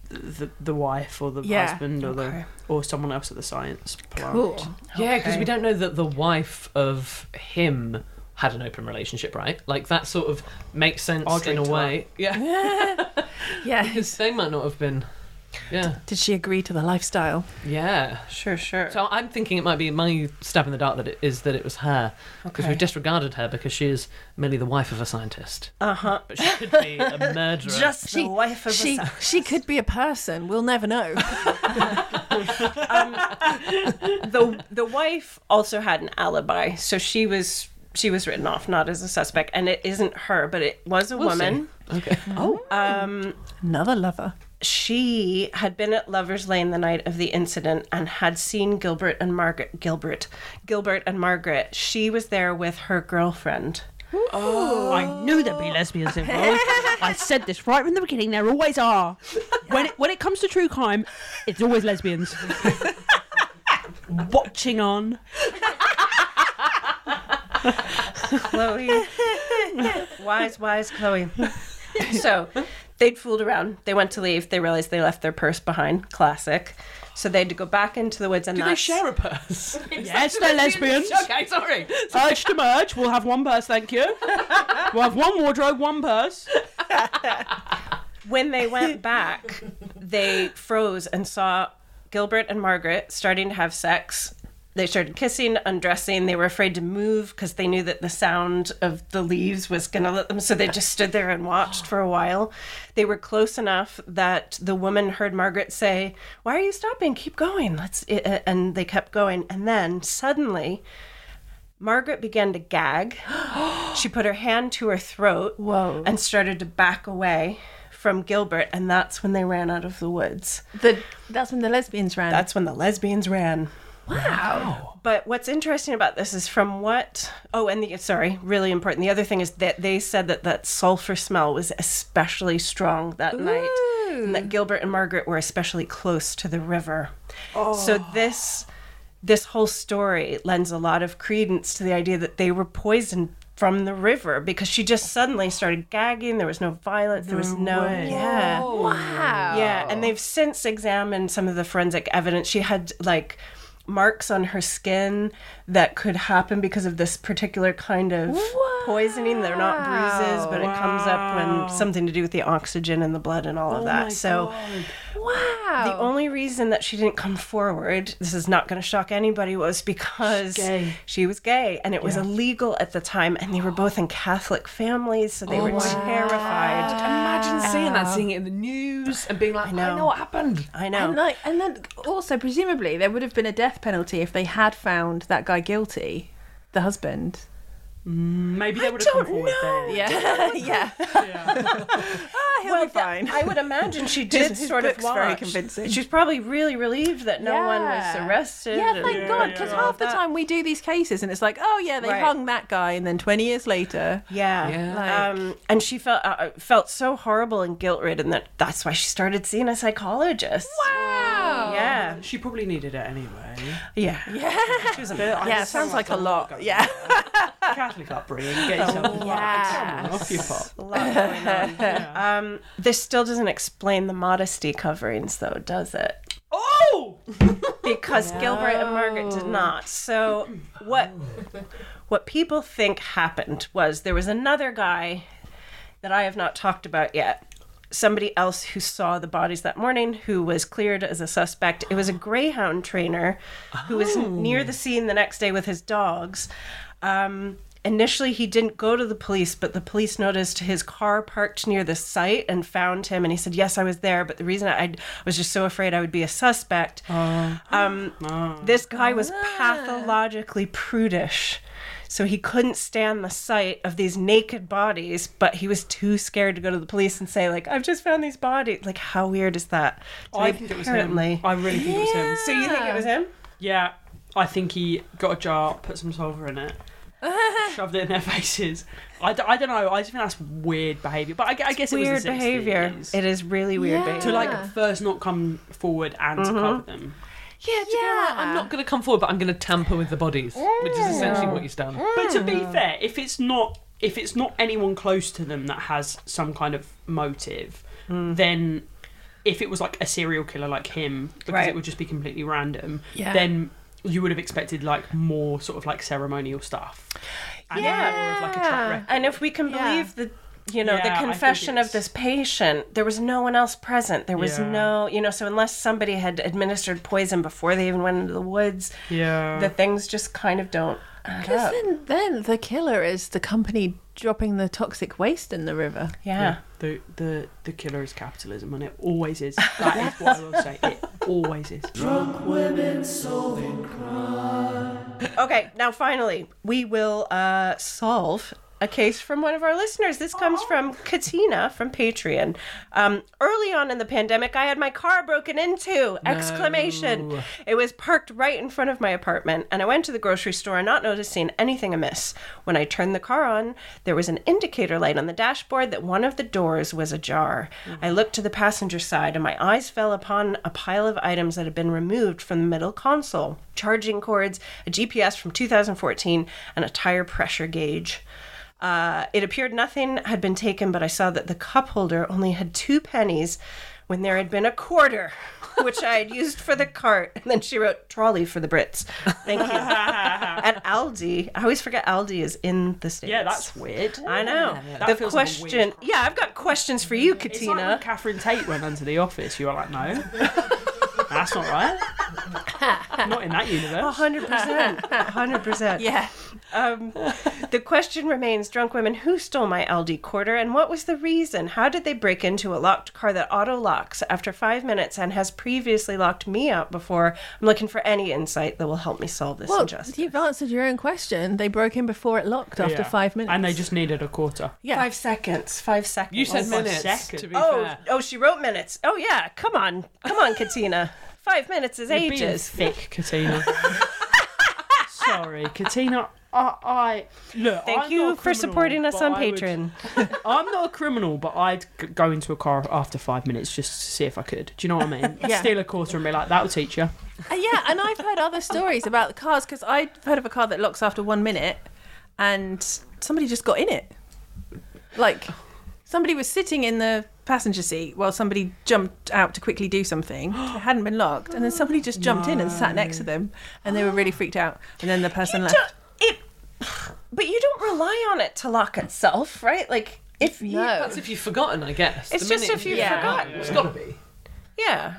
Speaker 6: the the wife or the
Speaker 7: Yeah.
Speaker 6: husband or the or someone else at the science plant.
Speaker 2: Yeah, because
Speaker 1: Okay.
Speaker 2: we don't know that the wife of him had an open relationship, right? Like that sort of makes sense
Speaker 6: I'll
Speaker 2: in
Speaker 6: drink
Speaker 2: a
Speaker 6: to
Speaker 2: way. Yeah,
Speaker 7: Yeah.
Speaker 2: because they might not have been. Yeah,
Speaker 7: Did she agree to the lifestyle?
Speaker 2: yeah.
Speaker 1: Sure, sure.
Speaker 2: So I'm thinking it might be my stab in the dark that it is that it was her because
Speaker 1: Okay.
Speaker 2: we've disregarded her because she is merely the wife of a scientist,
Speaker 1: Uh huh.
Speaker 2: but she could be a murderer.
Speaker 1: Just
Speaker 7: She-
Speaker 1: the wife of
Speaker 7: She
Speaker 1: a son.
Speaker 7: she could be a person. We'll never know.
Speaker 1: the the wife also had an alibi, so she was she was written off not as a suspect, and it isn't her, but it was a
Speaker 2: We'll see.
Speaker 1: woman.
Speaker 2: Okay.
Speaker 7: Another lover.
Speaker 1: She had been at Lover's Lane the night of the incident and had seen Gilbert and Margaret. Gilbert, Gilbert and Margaret. She was there with her girlfriend.
Speaker 2: Oh.
Speaker 6: I knew there'd be lesbians involved. I said this right from the beginning. There always are. When it, when it comes to true crime, it's always lesbians. Watching on.
Speaker 1: Chloe. wise, wise Chloe. So they'd fooled around. They went to leave. They realized they left their purse behind. Classic. So they had to go back into the woods and
Speaker 2: Do they
Speaker 1: that's-
Speaker 2: share a purse?
Speaker 6: Yes, they're lesbians.
Speaker 2: Okay, sorry.
Speaker 6: Urge to merge. We'll have one purse, thank you. We'll have one wardrobe, one purse.
Speaker 1: when they went back, they froze and saw Gilbert and Margaret starting to have sex. They started kissing, undressing. They were afraid to move because they knew that the sound of the leaves was going to let them. So they just stood there and watched for a while. They were close enough that the woman heard Margaret say, "Why are you stopping? Keep going." Let's. uh, And they kept going. And then suddenly, Margaret began to gag. she put her hand to her throat
Speaker 7: Whoa.
Speaker 1: and started to back away from Gilbert, and that's when they ran out of the woods.
Speaker 7: The that's when the lesbians ran.
Speaker 1: That's when the lesbians ran.
Speaker 7: Wow.
Speaker 1: But what's interesting about this is from what? Oh, and the sorry, really important. The other thing is that they said that that sulfur smell was especially strong that night, and that Gilbert and Margaret were especially close to the river.
Speaker 7: Oh.
Speaker 1: So this this whole story lends a lot of credence to the idea that they were poisoned from the river because she just suddenly started gagging. There was no violence. There was no
Speaker 7: way.
Speaker 1: yeah.
Speaker 7: Wow.
Speaker 1: Yeah, and they've since examined some of the forensic evidence. She had like marks on her skin that could happen because of this particular kind of poisoning. They're not bruises, but it comes up when something to do with the oxygen and the blood and all of that. so
Speaker 7: Wow.
Speaker 1: the only reason that she didn't come forward, this is not going to shock anybody, was because
Speaker 7: She's gay.
Speaker 1: she was gay and it was illegal at the time and they were both in Catholic families, so they
Speaker 7: Oh
Speaker 1: were terrified.
Speaker 2: Imagine seeing that, seeing it in the news, and being like, I know,
Speaker 1: know.
Speaker 2: what happened.
Speaker 1: I know.
Speaker 7: And like, and then also presumably there would have been a death penalty if they had found that guy guilty, the husband.
Speaker 6: Maybe they would have come forward then.
Speaker 7: Yeah, yeah. Ah,
Speaker 1: he'll be fine. I would imagine she did
Speaker 7: his
Speaker 1: sort of
Speaker 7: book's
Speaker 1: watch.
Speaker 7: very convincing.
Speaker 1: She's probably really relieved that no one was
Speaker 7: Yeah.
Speaker 1: arrested.
Speaker 7: Yeah,
Speaker 1: and-
Speaker 7: thank God, because half the time we do these cases and it's like, oh yeah, they
Speaker 1: Right.
Speaker 7: hung that guy, and then twenty years later,
Speaker 1: Yeah. Um, and she felt uh, felt so horrible and guilt ridden that that's why she started seeing a psychologist.
Speaker 7: wow,
Speaker 1: Yeah.
Speaker 6: She probably needed it anyway.
Speaker 1: Yeah.
Speaker 7: yeah,
Speaker 1: She was
Speaker 6: I
Speaker 7: yeah.
Speaker 6: just sound
Speaker 7: Sounds like a
Speaker 6: like a
Speaker 7: lot. Yeah,
Speaker 6: Catholic upbringing. Get yourself
Speaker 7: Oh, yeah.
Speaker 6: off your pop.
Speaker 1: A lot going on. um, this still doesn't explain the modesty coverings, though, does it?
Speaker 6: Oh!
Speaker 1: because Gilbert and Margaret did not. So what what people think happened was there was another guy that I have not talked about yet. Somebody else who saw the bodies that morning who was cleared as a suspect. It was a greyhound trainer who was near the scene the next day with his dogs. Um, initially, he didn't go to the police, but the police noticed his car parked near the site and found him. And he said, Yes, I was there, but the reason I, I was just so afraid I would be a suspect um, this guy was pathologically prudish. So he couldn't stand the sight of these naked bodies, but he was too scared to go to the police and say, like, I've just found these bodies. Like, how weird is that? So
Speaker 6: Oh, I think it was him.
Speaker 1: apparently-
Speaker 6: I really think it was him.
Speaker 1: So you think it was him?
Speaker 6: Yeah, I think he got a jar, put some sulfur in it, shoved it in their faces. I, d- I don't know. I just think that's weird behaviour. But I, gu- I guess it
Speaker 1: Weird
Speaker 6: was the
Speaker 1: behavior.
Speaker 6: 60s.
Speaker 1: It is really weird
Speaker 7: Yeah.
Speaker 1: behavior.
Speaker 6: to like first not come forward and
Speaker 1: Mm-hmm.
Speaker 6: to cover them.
Speaker 2: Yeah, to go like, I'm not going to come forward, but I'm going to tamper with the bodies, which is essentially what he's done.
Speaker 6: But to be fair, if it's not if it's not anyone close to them that has some kind of motive,
Speaker 1: Mm.
Speaker 6: then if it was like a serial killer like him, because
Speaker 1: Right.
Speaker 6: it would just be completely random,
Speaker 7: Yeah.
Speaker 6: then you would have expected like more sort of like ceremonial stuff. And more of like a track record.
Speaker 1: And if we can
Speaker 7: Yeah.
Speaker 1: believe the you know,
Speaker 6: Yeah, I
Speaker 1: the
Speaker 6: think
Speaker 1: confession of
Speaker 6: it's-
Speaker 1: this patient, there was no one else present. There was
Speaker 6: Yeah.
Speaker 1: no you know, so unless somebody had administered poison before they even went into the woods,
Speaker 6: Yeah.
Speaker 1: the things just kind of don't add
Speaker 7: Because
Speaker 1: up.
Speaker 7: then, then the killer is the company dropping the toxic waste in the river.
Speaker 1: Yeah.
Speaker 6: The, the the killer is capitalism and it always is. That is what I will say. It always is.
Speaker 4: Drunk women solving crime.
Speaker 1: Okay, now finally, we will uh, solve a case from one of our listeners. This comes from Katina from Patreon. Um, early on in the pandemic, I had my car broken into! Exclamation! It was parked right in front of my apartment, and I went to the grocery store, not noticing anything amiss. When I turned the car on, there was an indicator light on the dashboard that one of the doors was ajar. I
Speaker 6: Mm-hmm.
Speaker 1: looked to the passenger side, and my eyes fell upon a pile of items that had been removed from the middle console charging cords, a GPS from 2014, and a tire pressure gauge. Uh, it appeared nothing had been taken, but I saw that the cup holder only had two pennies when there had been a quarter, which I had used for the cart. And then she wrote trolley for the Brits. Thank you. At Aldi, I always forget Aldi is in the States.
Speaker 6: Yeah, that's weird.
Speaker 1: I know.
Speaker 6: Yeah.
Speaker 1: the
Speaker 6: That feels like a weird
Speaker 1: question. yeah, I've got questions for you,
Speaker 6: It's like
Speaker 1: Katina.
Speaker 6: when Catherine Tate went into the office. You were like, no, that's not right. not in that universe.
Speaker 1: hundred percent, hundred percent.
Speaker 6: Yeah.
Speaker 1: Um, the question remains: drunk women who stole my LD quarter, and what was the reason? How did they break into a locked car that auto locks after five minutes and has previously locked me out before? I'm looking for any insight that will help me solve this
Speaker 7: Well,
Speaker 1: injustice.
Speaker 7: you've answered your own question. They broke in before it locked after
Speaker 1: Yeah.
Speaker 7: five minutes.
Speaker 6: And they just needed a quarter.
Speaker 7: Yeah.
Speaker 1: Five seconds. Five seconds.
Speaker 2: You said Oh, five minutes, seconds. to be
Speaker 1: oh,
Speaker 2: fair.
Speaker 1: oh, she wrote minutes. Oh yeah, come on, come on, Katina. Five minutes is
Speaker 6: You're being
Speaker 1: ages.
Speaker 6: thick, Katina. Sorry, Katina. I, I look.
Speaker 1: Thank
Speaker 6: I'm
Speaker 1: you
Speaker 6: not a
Speaker 1: for
Speaker 6: criminal,
Speaker 1: supporting us
Speaker 6: but
Speaker 1: on
Speaker 6: I would- I'm not a criminal, but I'd g- go into a car after five minutes just to see if I could. Do you know what I mean?
Speaker 7: Yeah.
Speaker 6: Steal a quarter and be like, "That'll teach you."
Speaker 7: Uh, yeah, and I've heard other stories about cars because I've heard of a car that locks after one minute, and somebody just got in it. Like, somebody was sitting in the passenger seat while somebody jumped out to quickly do something. It hadn't been locked, and then somebody just jumped in and sat next to them, and they were really freaked out. And then the person left.
Speaker 1: But you don't rely on it to lock itself, right? Like if you
Speaker 2: That's if you've forgotten, I guess.
Speaker 1: It's
Speaker 2: The
Speaker 1: just
Speaker 2: minute
Speaker 1: if you've
Speaker 2: yeah.
Speaker 1: forgotten.
Speaker 2: It's got to be.
Speaker 1: Yeah.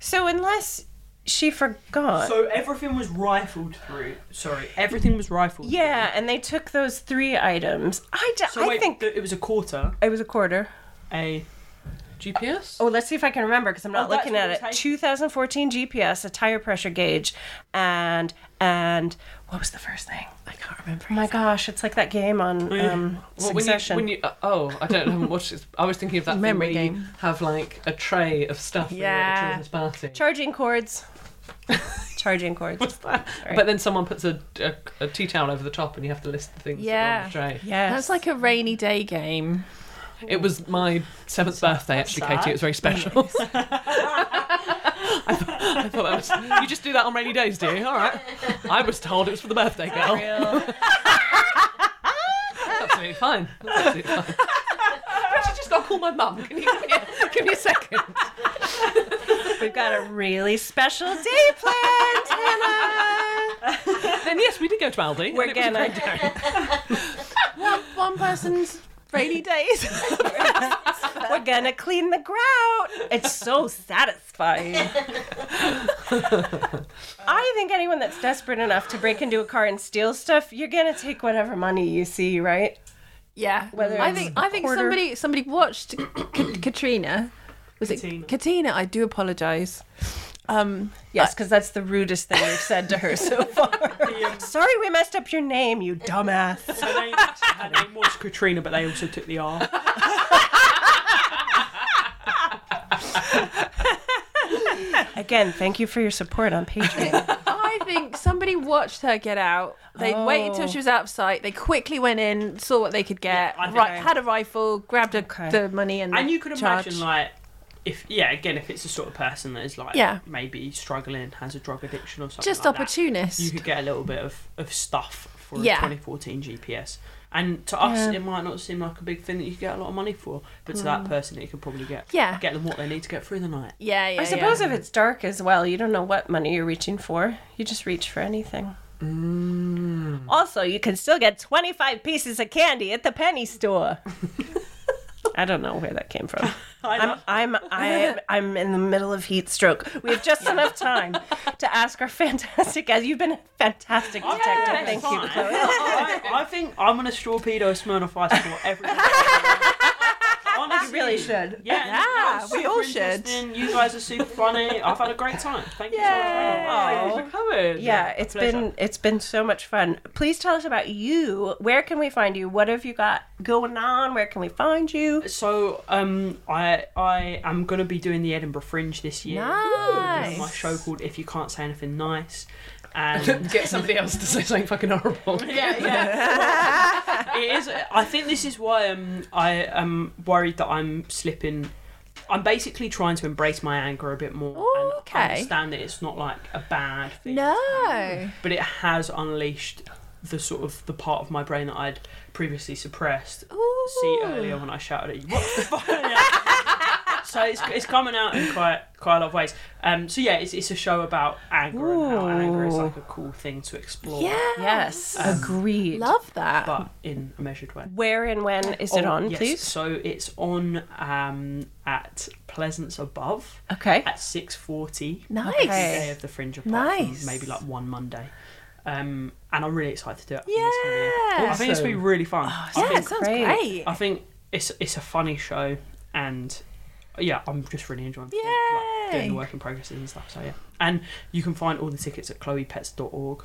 Speaker 1: So unless she forgot.
Speaker 6: So everything was rifled through. Sorry, everything was rifled.
Speaker 1: yeah, and they took those three items. I, d-
Speaker 6: So
Speaker 1: I
Speaker 6: wait,
Speaker 1: think
Speaker 6: th- it was a quarter.
Speaker 1: it was a quarter.
Speaker 6: A GPS.
Speaker 1: Oh, let's see if I can remember because I'm not
Speaker 6: Oh, that's
Speaker 1: looking
Speaker 6: what
Speaker 1: at
Speaker 6: it
Speaker 1: it.
Speaker 6: takes.
Speaker 1: 2014 GPS, a tire pressure gauge, and and what was the first thing? I can't remember. Oh my gosh, it's like that game on um,
Speaker 2: Well, when you,
Speaker 1: Succession.
Speaker 2: when you uh, oh, I don't I haven't watched it. I was thinking of that
Speaker 1: Memory
Speaker 2: thing where You have like a tray of stuff.
Speaker 1: Yeah.
Speaker 2: Yeah. At a children's party.
Speaker 1: Charging cords. Charging cords. What's
Speaker 2: that? But then someone puts a, a, a tea towel over the top, and you have to list the things.
Speaker 7: Yeah,
Speaker 2: That are on the tray.
Speaker 7: That's like a rainy day game.
Speaker 2: It was my seventh birthday, actually,
Speaker 7: sad.
Speaker 2: Katie. It was very special. I thought that was. You just do that on rainy days, do you? All right. I was told it was for the birthday girl. absolutely fine. That's absolutely fine. Actually, just got to call my mum. Can you give me a, give me a second?
Speaker 1: We've got a really special day planned, Hannah.
Speaker 2: Then yes, we did go to Aldi.
Speaker 1: We're
Speaker 2: and it was a
Speaker 1: gonna-
Speaker 2: great day.
Speaker 7: One, one person's rainy days.
Speaker 1: We're gonna clean the grout. It's so satisfying. I think anyone that's desperate enough to break into a car and steal stuff, you're gonna take whatever money you see, right?
Speaker 7: Yeah,
Speaker 1: Whether
Speaker 7: I
Speaker 1: it's
Speaker 7: think
Speaker 1: a
Speaker 7: I think
Speaker 1: quarter-
Speaker 7: somebody somebody watched Ka- Katrina. Was
Speaker 1: Katina.
Speaker 7: it Katina? I do apologise. Um,
Speaker 1: Yes, because that's the rudest thing we've said to her so far. Sorry, we messed up your name, you dumbass.
Speaker 6: Her name, her name was Katrina, but they also took the R.
Speaker 1: Again, thank you for your support on Patreon.
Speaker 7: I think somebody watched her get out. They waited till
Speaker 1: Oh.
Speaker 7: she was out of sight. They quickly went in, saw what they could get.
Speaker 6: I think-
Speaker 7: right, had a rifle, grabbed a,
Speaker 6: Okay.
Speaker 7: the money, and
Speaker 6: And
Speaker 7: the
Speaker 6: you could
Speaker 7: charge.
Speaker 6: imagine, like, if yeah, again, if it's the sort of person that is like,
Speaker 7: Yeah.
Speaker 6: maybe struggling, has a drug addiction or something,
Speaker 7: Just
Speaker 6: like that,
Speaker 7: opportunist.
Speaker 6: you could get a little bit of, of stuff for a
Speaker 7: Yeah.
Speaker 6: 2014 GPS. And to us,
Speaker 7: Yeah.
Speaker 6: it might not seem like a big thing that you could get a lot of money for, but to that
Speaker 1: Mm.
Speaker 6: person, it could probably get
Speaker 1: Yeah.
Speaker 6: get them what they need to get through the night.
Speaker 7: Yeah, yeah.
Speaker 1: I suppose if it's dark as well, you don't know what money you're reaching for. You just reach for anything. Also, you can still get 25 pieces of candy at the penny store. I don't know where that came from. I'm, I'm, I'm, I'm in the middle of heat stroke. We have just enough time to ask our fantastic guys. You've been a fantastic detective. Thank you,
Speaker 6: Fine.
Speaker 1: Chloe.
Speaker 6: I, I think I'm gonna torpedo a Smirnoff Ice for every. Honestly,
Speaker 1: really should.
Speaker 6: Yeah,
Speaker 1: Yeah,
Speaker 6: that was
Speaker 1: we
Speaker 6: super
Speaker 1: all should.
Speaker 6: interesting. You guys are super funny. I've had a great time. Thank you so much. Oh, Thank you for coming.
Speaker 1: Yeah, it's
Speaker 6: pleasure.
Speaker 1: been it's been so much fun. Please tell us about you. Where can we find you? What have you got going on? Where can we find you?
Speaker 6: So, um, I I am gonna be doing the Edinburgh Fringe this year.
Speaker 7: Nice.
Speaker 6: My show called If You Can't Say Anything Nice, and
Speaker 2: Get somebody else to say something fucking horrible.
Speaker 6: Yeah, yeah. it is. I think this is why um, I am worried that I'm slipping. I'm basically trying to embrace my anger a bit more
Speaker 7: okay.
Speaker 6: and understand that it's not like a bad thing,
Speaker 7: no.
Speaker 6: but it has unleashed the sort of the part of my brain that I'd previously suppressed. See earlier when I shouted at you. What the fuck? Yeah. So it's, it's coming out in quite quite a lot of ways. Um, so yeah, it's, it's a show about anger and how anger is like a cool thing to explore.
Speaker 1: Yes.
Speaker 6: Um,
Speaker 1: Agreed. Love that.
Speaker 6: but in a measured way.
Speaker 1: Where and when is it
Speaker 6: Oh,
Speaker 1: on,
Speaker 6: yes.
Speaker 1: please?
Speaker 6: So it's on um, at Pleasance Above.
Speaker 1: Okay.
Speaker 6: At six forty.
Speaker 1: Nice.
Speaker 6: Every day of the Fringe apart
Speaker 1: Nice.
Speaker 6: from maybe like one Monday. Um, and I'm really excited to do it.
Speaker 1: Yeah.
Speaker 6: I think it's gonna be, I think it's gonna be
Speaker 1: Awesome.
Speaker 6: really fun.
Speaker 7: Oh,
Speaker 6: I
Speaker 1: yeah,
Speaker 6: think- Oh.
Speaker 1: sounds Great. great.
Speaker 6: I think it's it's a funny show, and yeah, I'm just really enjoying yeah doing the work in progresses and stuff. So yeah, and you can find all the tickets at chloepets.org.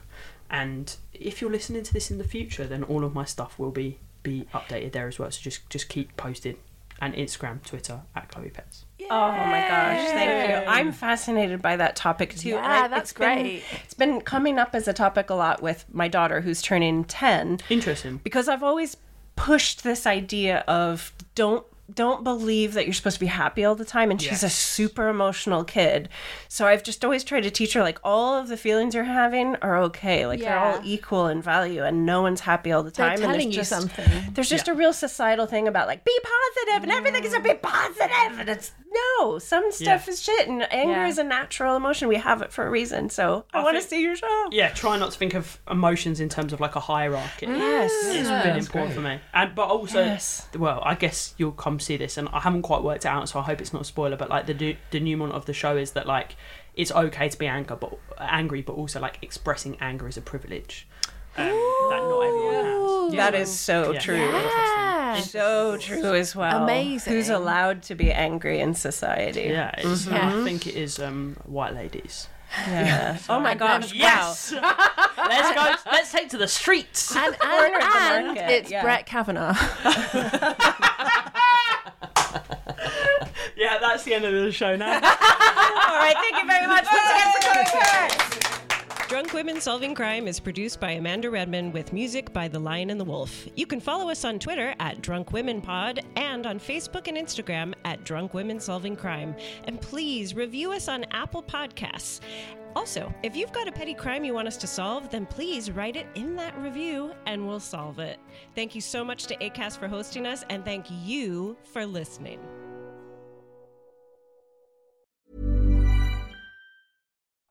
Speaker 6: And if you're listening to this in the future, then all of my stuff will be be updated there as well. So just just keep posting, and Instagram, Twitter at chloepets.
Speaker 1: Oh my gosh, thank you. I'm fascinated by that topic too. and
Speaker 7: Yeah,
Speaker 1: I-
Speaker 7: that's
Speaker 1: it's been-
Speaker 7: great.
Speaker 1: it's been coming up as a topic a lot with my daughter who's turning 10.
Speaker 6: Interesting.
Speaker 1: Because I've always pushed this idea of don't don't believe that you're supposed to be happy all the time and she's a
Speaker 6: Yes.
Speaker 1: super emotional kid. So I've just always tried to teach her like all of the feelings you're having are okay. Like they're
Speaker 7: Yeah.
Speaker 1: all equal in value and no one's happy all the
Speaker 7: They're
Speaker 1: time and
Speaker 7: telling
Speaker 1: there's
Speaker 7: you
Speaker 1: just
Speaker 7: something.
Speaker 1: There's just a real societal thing about like be positive and everything is a bit positive and it's no, some stuff is shit and anger
Speaker 6: Yeah.
Speaker 1: is a natural emotion. We have it for a reason. So I, want to see your show.
Speaker 6: Yeah, try not to think of emotions in terms of like a hierarchy.
Speaker 1: Yes.
Speaker 6: it's
Speaker 1: Mm. Yeah.
Speaker 6: been
Speaker 1: That's
Speaker 6: important
Speaker 1: great.
Speaker 6: for me. And but also,
Speaker 1: Yes.
Speaker 6: well, I guess you'll come see this, and I haven't quite worked it out, so I hope it's not a spoiler. But like the de- denouement of the show is that like it's okay to be anger, but angry, but also like expressing anger is a privilege. Um, that not everyone has.
Speaker 1: That is so
Speaker 6: Yeah.
Speaker 1: true. So true as well.
Speaker 6: Amazing.
Speaker 1: Who's allowed to be angry in society?
Speaker 6: Yeah, it's, I
Speaker 1: Mhm.
Speaker 6: think it is um, white ladies.
Speaker 1: Yeah. oh my gosh.
Speaker 6: Yes.
Speaker 1: Wow.
Speaker 6: let's go. Let's take to the streets.
Speaker 7: And,
Speaker 1: Order the
Speaker 7: and, and
Speaker 1: market,
Speaker 7: it's
Speaker 1: yeah.
Speaker 7: Brett Kavanaugh.
Speaker 6: Yeah, that's the end of the show now.
Speaker 1: All right, thank you very much. Once again for coming. Drunk Women Solving Crime is produced by Amanda Redman with music by The Lion and the Wolf. You can follow us on Twitter at Drunk Women Pod and on Facebook and Instagram at Drunk Women Solving Crime. And please review us on Apple Podcasts. Also, if you've got a petty crime you want us to solve, then please write it in that review and we'll solve it. Thank you so much to ACAST for hosting us and thank you for listening.